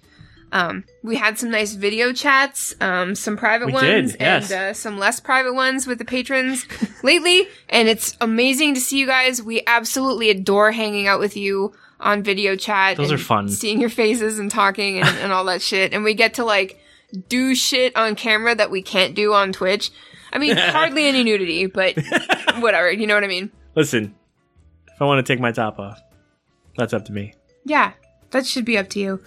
Speaker 1: Um, we had some nice video chats, um, some private
Speaker 2: We
Speaker 1: ones,
Speaker 2: did, yes.
Speaker 1: and uh, some less private ones with the patrons lately. And it's amazing to see you guys. We absolutely adore hanging out with you on video chat.
Speaker 2: Those
Speaker 1: and
Speaker 2: are fun.
Speaker 1: Seeing your faces and talking and, and all that shit. And we get to like do shit on camera that we can't do on Twitch. I mean, hardly any nudity, but whatever. You know what I mean?
Speaker 2: Listen, if I want to take my top off, that's up to me.
Speaker 1: Yeah, that should be up to you.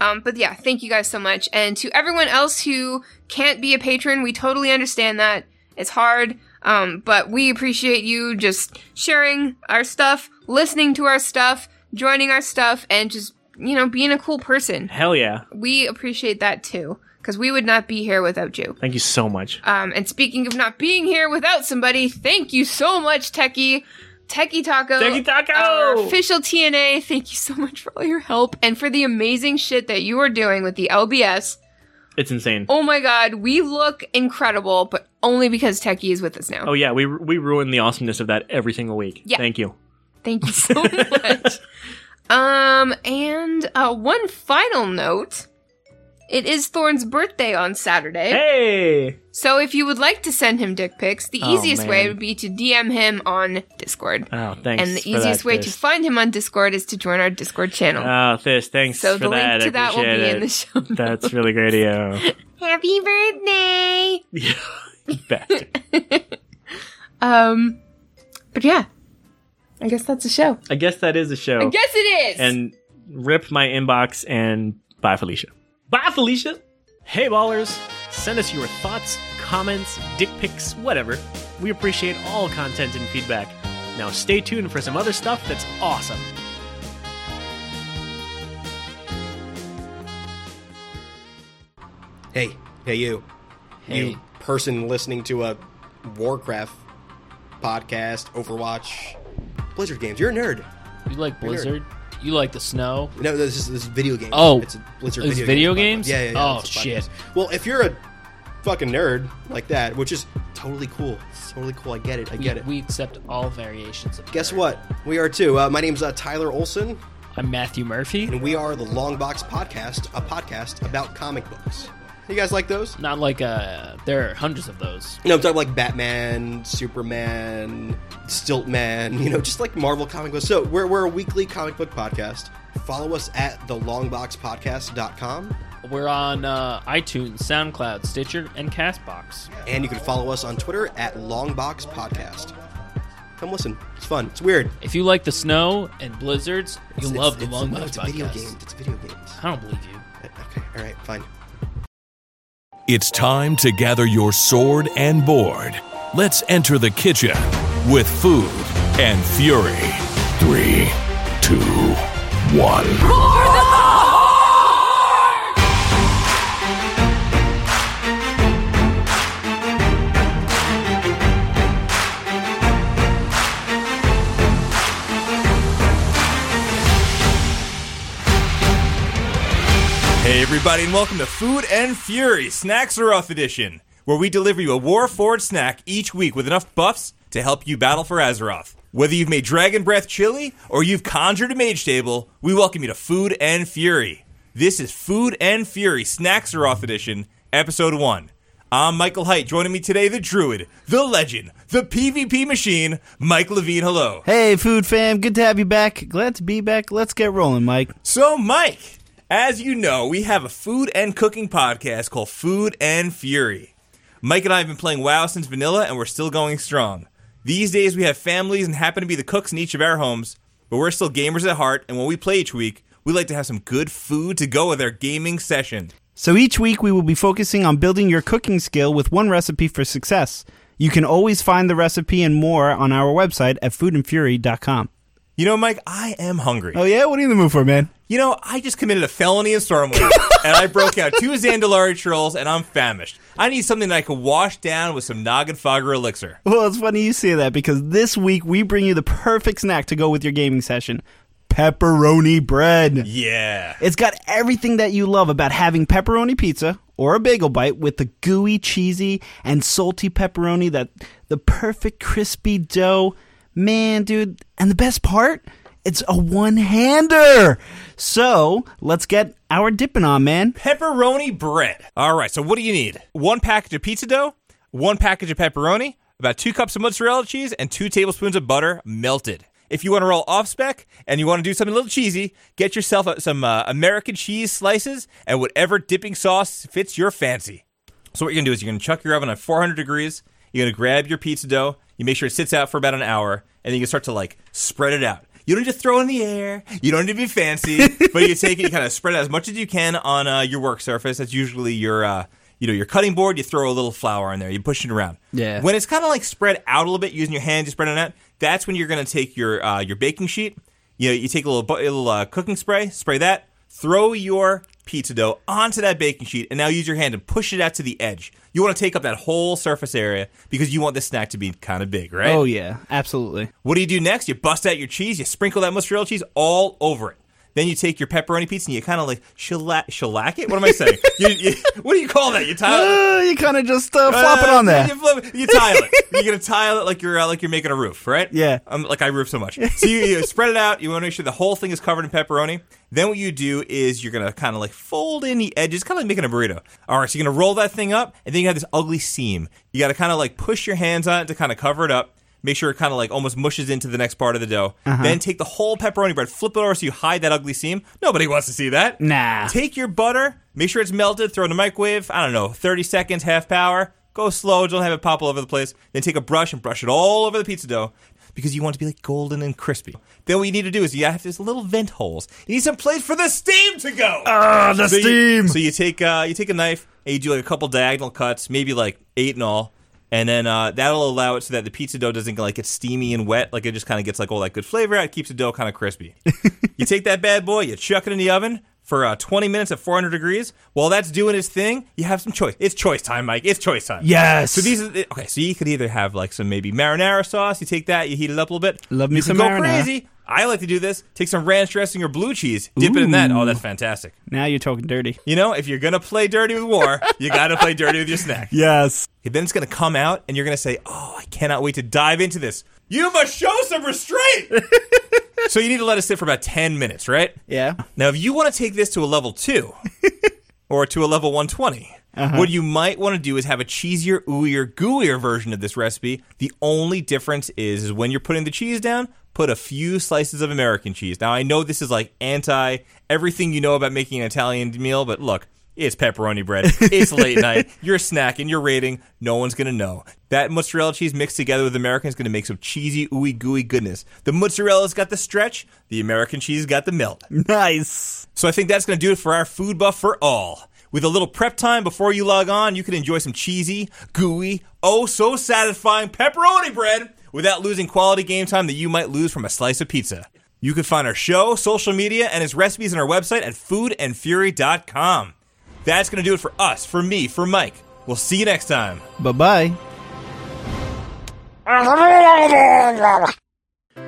Speaker 1: Um, but yeah, thank you guys so much. And to everyone else who can't be a patron, we totally understand that. It's hard. Um, but we appreciate you just sharing our stuff, listening to our stuff, joining our stuff, and just, you know, being a cool person.
Speaker 2: Hell yeah.
Speaker 1: We appreciate that too, because we would not be here without you.
Speaker 2: Thank you so much.
Speaker 1: Um, and speaking of not being here without somebody, thank you so much, Techie. Techie Taco.
Speaker 2: Techie Taco!
Speaker 1: Our
Speaker 2: Oh.
Speaker 1: official TNA, thank you so much for all your help and for the amazing shit that you are doing with the LBS.
Speaker 2: It's insane.
Speaker 1: Oh my god, we look incredible, but only because Techie is with us now.
Speaker 2: Oh yeah, we we ruin the awesomeness of that every single week.
Speaker 1: Yeah.
Speaker 2: Thank you.
Speaker 1: Thank you so much. um, and uh, one final note. It is Thorne's birthday on Saturday.
Speaker 2: Hey.
Speaker 1: So if you would like to send him dick pics, the
Speaker 2: Oh,
Speaker 1: easiest way
Speaker 2: man.
Speaker 1: would be to DM him on Discord.
Speaker 2: Oh, thanks.
Speaker 1: and the
Speaker 2: for
Speaker 1: easiest
Speaker 2: that,
Speaker 1: way to
Speaker 2: Fist.
Speaker 1: find him on Discord is to join our Discord channel.
Speaker 2: Oh, Fist, thanks
Speaker 1: so
Speaker 2: for
Speaker 1: the
Speaker 2: that.
Speaker 1: link to
Speaker 2: I
Speaker 1: that will be
Speaker 2: appreciate
Speaker 1: in the
Speaker 2: it.
Speaker 1: show. notes.
Speaker 2: That's really great of you.
Speaker 3: Happy birthday!
Speaker 2: You Bastard.
Speaker 1: um, but yeah, I guess that's a show.
Speaker 2: I guess that is a show.
Speaker 1: I guess it is.
Speaker 2: and rip my inbox and bye Felicia. Bye Felicia. Hey ballers, send us your thoughts, comments, dick pics, whatever. We appreciate all content and feedback. Now stay tuned for some other stuff that's awesome.
Speaker 5: Hey, hey, you. You person listening to a Warcraft podcast, Overwatch, Blizzard games. You're a nerd.
Speaker 6: You like
Speaker 5: You're a nerd.
Speaker 6: Blizzard? You like the snow?
Speaker 5: No, no, this is this is video games.
Speaker 6: Oh,
Speaker 5: it's a Blizzard.
Speaker 6: it's video games?
Speaker 5: podcast. Yeah, yeah, yeah.
Speaker 6: Oh,
Speaker 5: it's a podcast.
Speaker 6: shit.
Speaker 5: Well, if you're a fucking nerd like that, which is totally cool, it's totally cool. I get it. I
Speaker 6: We,
Speaker 5: get it.
Speaker 6: we accept all variations of.
Speaker 5: Guess
Speaker 6: nerd.
Speaker 5: what? We are too. Uh, my name's uh, Tyler Olson,
Speaker 6: I'm Matthew Murphy.
Speaker 5: and we are the Long Box Podcast, a podcast about comic books. You guys like those?
Speaker 6: Not like uh, there are hundreds of those.
Speaker 5: You know, I'm talking like Batman, Superman, Stiltman, you know, just like Marvel comic books. So we're, we're a weekly comic book podcast. Follow us at thelongboxpodcast.com.
Speaker 6: We're on uh, iTunes, SoundCloud, Stitcher, and Castbox.
Speaker 5: And you can follow us on Twitter at longboxpodcast. Come listen. It's fun. It's weird.
Speaker 6: If you like the snow and blizzards,
Speaker 5: It's-
Speaker 6: you'll
Speaker 5: it's-
Speaker 6: love the
Speaker 5: it's-
Speaker 6: Long
Speaker 5: no,
Speaker 6: Box
Speaker 5: It's a video
Speaker 6: Podcast.
Speaker 5: game. It's video games.
Speaker 6: I don't believe you.
Speaker 5: Okay. All right. Fine.
Speaker 7: It's time to gather your sword and board. Let's enter the kitchen with food and fury. Three, two, one.
Speaker 8: Hey, everybody, and welcome to Food and Fury Snacks Are Off Edition, where we deliver you a war forward snack each week with enough buffs to help you battle for Azeroth. Whether you've made Dragon Breath chili or you've conjured a mage table, we welcome you to Food and Fury. This is Food and Fury Snacks Are Off Edition, Episode 1. I'm Michael Height. Joining me today, the druid, the legend, the PvP machine, Mike Levine. Hello.
Speaker 9: Hey, food fam, good to have you back. Glad to be back. Let's get rolling, Mike.
Speaker 8: So, Mike, as you know, we have a food and cooking podcast called Food and Fury. Mike and I have been playing WoW since vanilla, and we're still going strong. These days, we have families and happen to be the cooks in each of our homes, but we're still gamers at heart, and when we play each week, we like to have some good food to go with our gaming session.
Speaker 9: So each week we will be focusing on building your cooking skill with one recipe for success. You can always find the recipe and more on our website at foodandfury.com.
Speaker 8: You know, Mike, I am hungry.
Speaker 9: Oh yeah, what are you in the mood for, man?
Speaker 8: You know, I just committed a felony in Stormwind, and I broke out two Zandalari trolls, and I'm famished. I need something that I can wash down with some Noggin Fogger elixir.
Speaker 9: Well, it's funny you say that because this week we bring you the perfect snack to go with your gaming session. Pepperoni bread.
Speaker 8: Yeah.
Speaker 9: It's got everything that you love about having pepperoni pizza or a bagel bite with the gooey, cheesy, and salty pepperoni that the perfect crispy dough. Man, dude, and the best part, it's a one-hander. So, let's get our dipping on, man.
Speaker 8: Pepperoni bread. All right, so what do you need? One package of pizza dough, one package of pepperoni, about two cups of mozzarella cheese, and two tablespoons of butter melted. If you want to roll off spec and you want to do something a little cheesy, get yourself uh, some uh, American cheese slices and whatever dipping sauce fits your fancy. So what you're gonna do is you're gonna chuck your oven at 400 degrees. You're gonna grab your pizza dough. You make sure it sits out for about an hour, and then you can start to like spread it out. You don't need to throw it in the air. You don't need to be fancy, but you take it, you kind of spread it as much as you can on uh, your work surface. That's usually your, uh, you know, your cutting board. You throw a little flour in there. You push it around.
Speaker 9: Yeah.
Speaker 8: When it's kind of like spread out a little bit, using your hand, you spread it out. That's when you're gonna take your uh, your baking sheet. You know, you take a little bu- a little uh, cooking spray, spray that throw your pizza dough onto that baking sheet and now use your hand to push it out to the edge. You want to take up that whole surface area because you want this snack to be kind of big, right?
Speaker 9: Oh yeah, absolutely.
Speaker 8: What do you do next? You bust out your cheese, you sprinkle that mozzarella cheese all over it. Then you take your pepperoni pizza and you kind of like shellac, shellac it. What am I saying? you, you, what do you call that? You tie
Speaker 9: Uh, you kind of just uh, flop it on there.
Speaker 8: You, flip it- you tile it. You're gonna tile it like you're uh, like you're making a roof, right?
Speaker 9: Yeah.
Speaker 8: Um, like I roof so much. So you, you spread it out. You want to make sure the whole thing is covered in pepperoni. Then what you do is you're gonna kind of like fold in the edges, kind of like making a burrito. All right. So you're gonna roll that thing up, and then you have this ugly seam. You got to kind of like push your hands on it to kind of cover it up. Make sure it kind of like almost mushes into the next part of the dough.
Speaker 9: Uh-huh.
Speaker 8: Then take the whole pepperoni bread, flip it over so you hide that ugly seam. Nobody wants to see that.
Speaker 9: Nah.
Speaker 8: Take your butter, make sure it's melted, throw it in the microwave, I don't know, 30 seconds, half power. Go slow, don't have it pop all over the place. Then take a brush and brush it all over the pizza dough because you want it to be like golden and crispy. Then what you need to do is you have these little vent holes. You need some place for the steam to go.
Speaker 9: Ah, the
Speaker 8: So you- so you take uh, you take a knife and you do like a couple diagonal cuts, maybe like eight and all, and then uh, that'll allow it so that the pizza dough doesn't like get steamy and wet. Like it just kind of gets like all that good flavor out. It keeps the dough kind of crispy. you take that bad boy, you chuck it in the oven for uh, 20 minutes at 400 degrees. While that's doing its thing, you have some choice. It's choice time, Mike. It's choice time.
Speaker 9: Yes.
Speaker 8: So these are the, okay. So you could either have like some maybe marinara sauce. You take that, you heat it up a little bit.
Speaker 9: Love me
Speaker 8: you
Speaker 9: some
Speaker 8: can go
Speaker 9: marinara.
Speaker 8: crazy. I like to do this. Take some ranch dressing or blue cheese, dip it in that. Oh, that's fantastic.
Speaker 9: now you're talking dirty.
Speaker 8: You know, if you're gonna play dirty with war, you gotta play dirty with your snack.
Speaker 9: Yes.
Speaker 8: Then it's gonna come out, and you're gonna say, "Oh, I cannot wait to dive into this." You must show some restraint. so you need to let it sit for about ten minutes, right?
Speaker 9: Yeah.
Speaker 8: Now, if you want to take this to a level two or to a level 120, what you might want to do is have a cheesier, ooier, gooier version of this recipe. The only difference is, is when you're putting the cheese down, put a few slices of American cheese. Now, I know this is like anti everything you know about making an Italian meal, but look. It's pepperoni bread. It's late night. You're snacking. You're rating. No one's gonna know. That mozzarella cheese mixed together with American is gonna make some cheesy, ooey gooey goodness. The mozzarella's got the stretch. The American cheese got the melt.
Speaker 9: Nice.
Speaker 8: So I think that's going to do it for our food buff for all. With a little prep time before you log on, you can enjoy some cheesy, gooey, oh so satisfying pepperoni bread without losing quality game time that you might lose from a slice of pizza. You can find our show, social media, and its recipes on our website at foodandfury.com. That's going to do it for us, for me, for Mike. We'll see you next time.
Speaker 9: Bye-bye.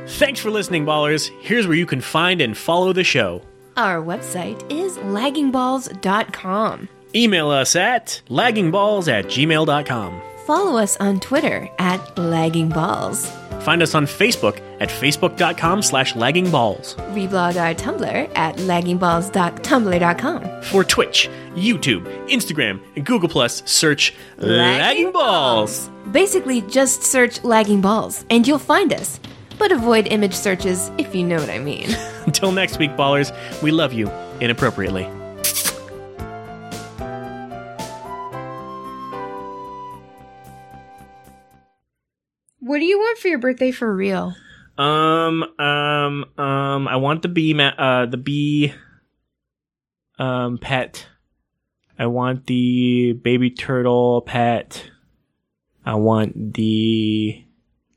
Speaker 4: Thanks for listening, ballers. Here's where you can find and follow the show.
Speaker 3: Our website is laggingballs.com.
Speaker 4: Email us at laggingballs at gmail.com.
Speaker 3: Follow us on Twitter at laggingballs.
Speaker 4: Find us on Facebook at facebook.com slash laggingballs.
Speaker 3: Reblog our Tumblr at laggingballs.tumblr.com.
Speaker 4: For Twitch, YouTube, Instagram, and Google Plus, search
Speaker 3: Lagging
Speaker 4: Lagging Balls.
Speaker 3: Basically, just search lagging balls and you'll find us. But avoid image searches if you know what I mean.
Speaker 4: Until next week, ballers, we love you inappropriately.
Speaker 1: What do you want for your birthday for real?
Speaker 2: Um, um, um. I want the bee, ma- uh, the bee, um, pet. I want the baby turtle pet. I want the,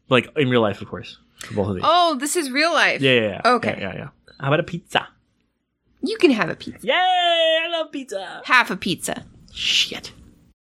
Speaker 2: like in real life, of course, for both of these.
Speaker 1: Oh, this is real life.
Speaker 2: yeah, yeah, yeah.
Speaker 1: Okay.
Speaker 2: Yeah, yeah, yeah. How about a pizza?
Speaker 1: You can have a pizza.
Speaker 2: Yay! I love pizza.
Speaker 1: Half a pizza.
Speaker 2: Shit.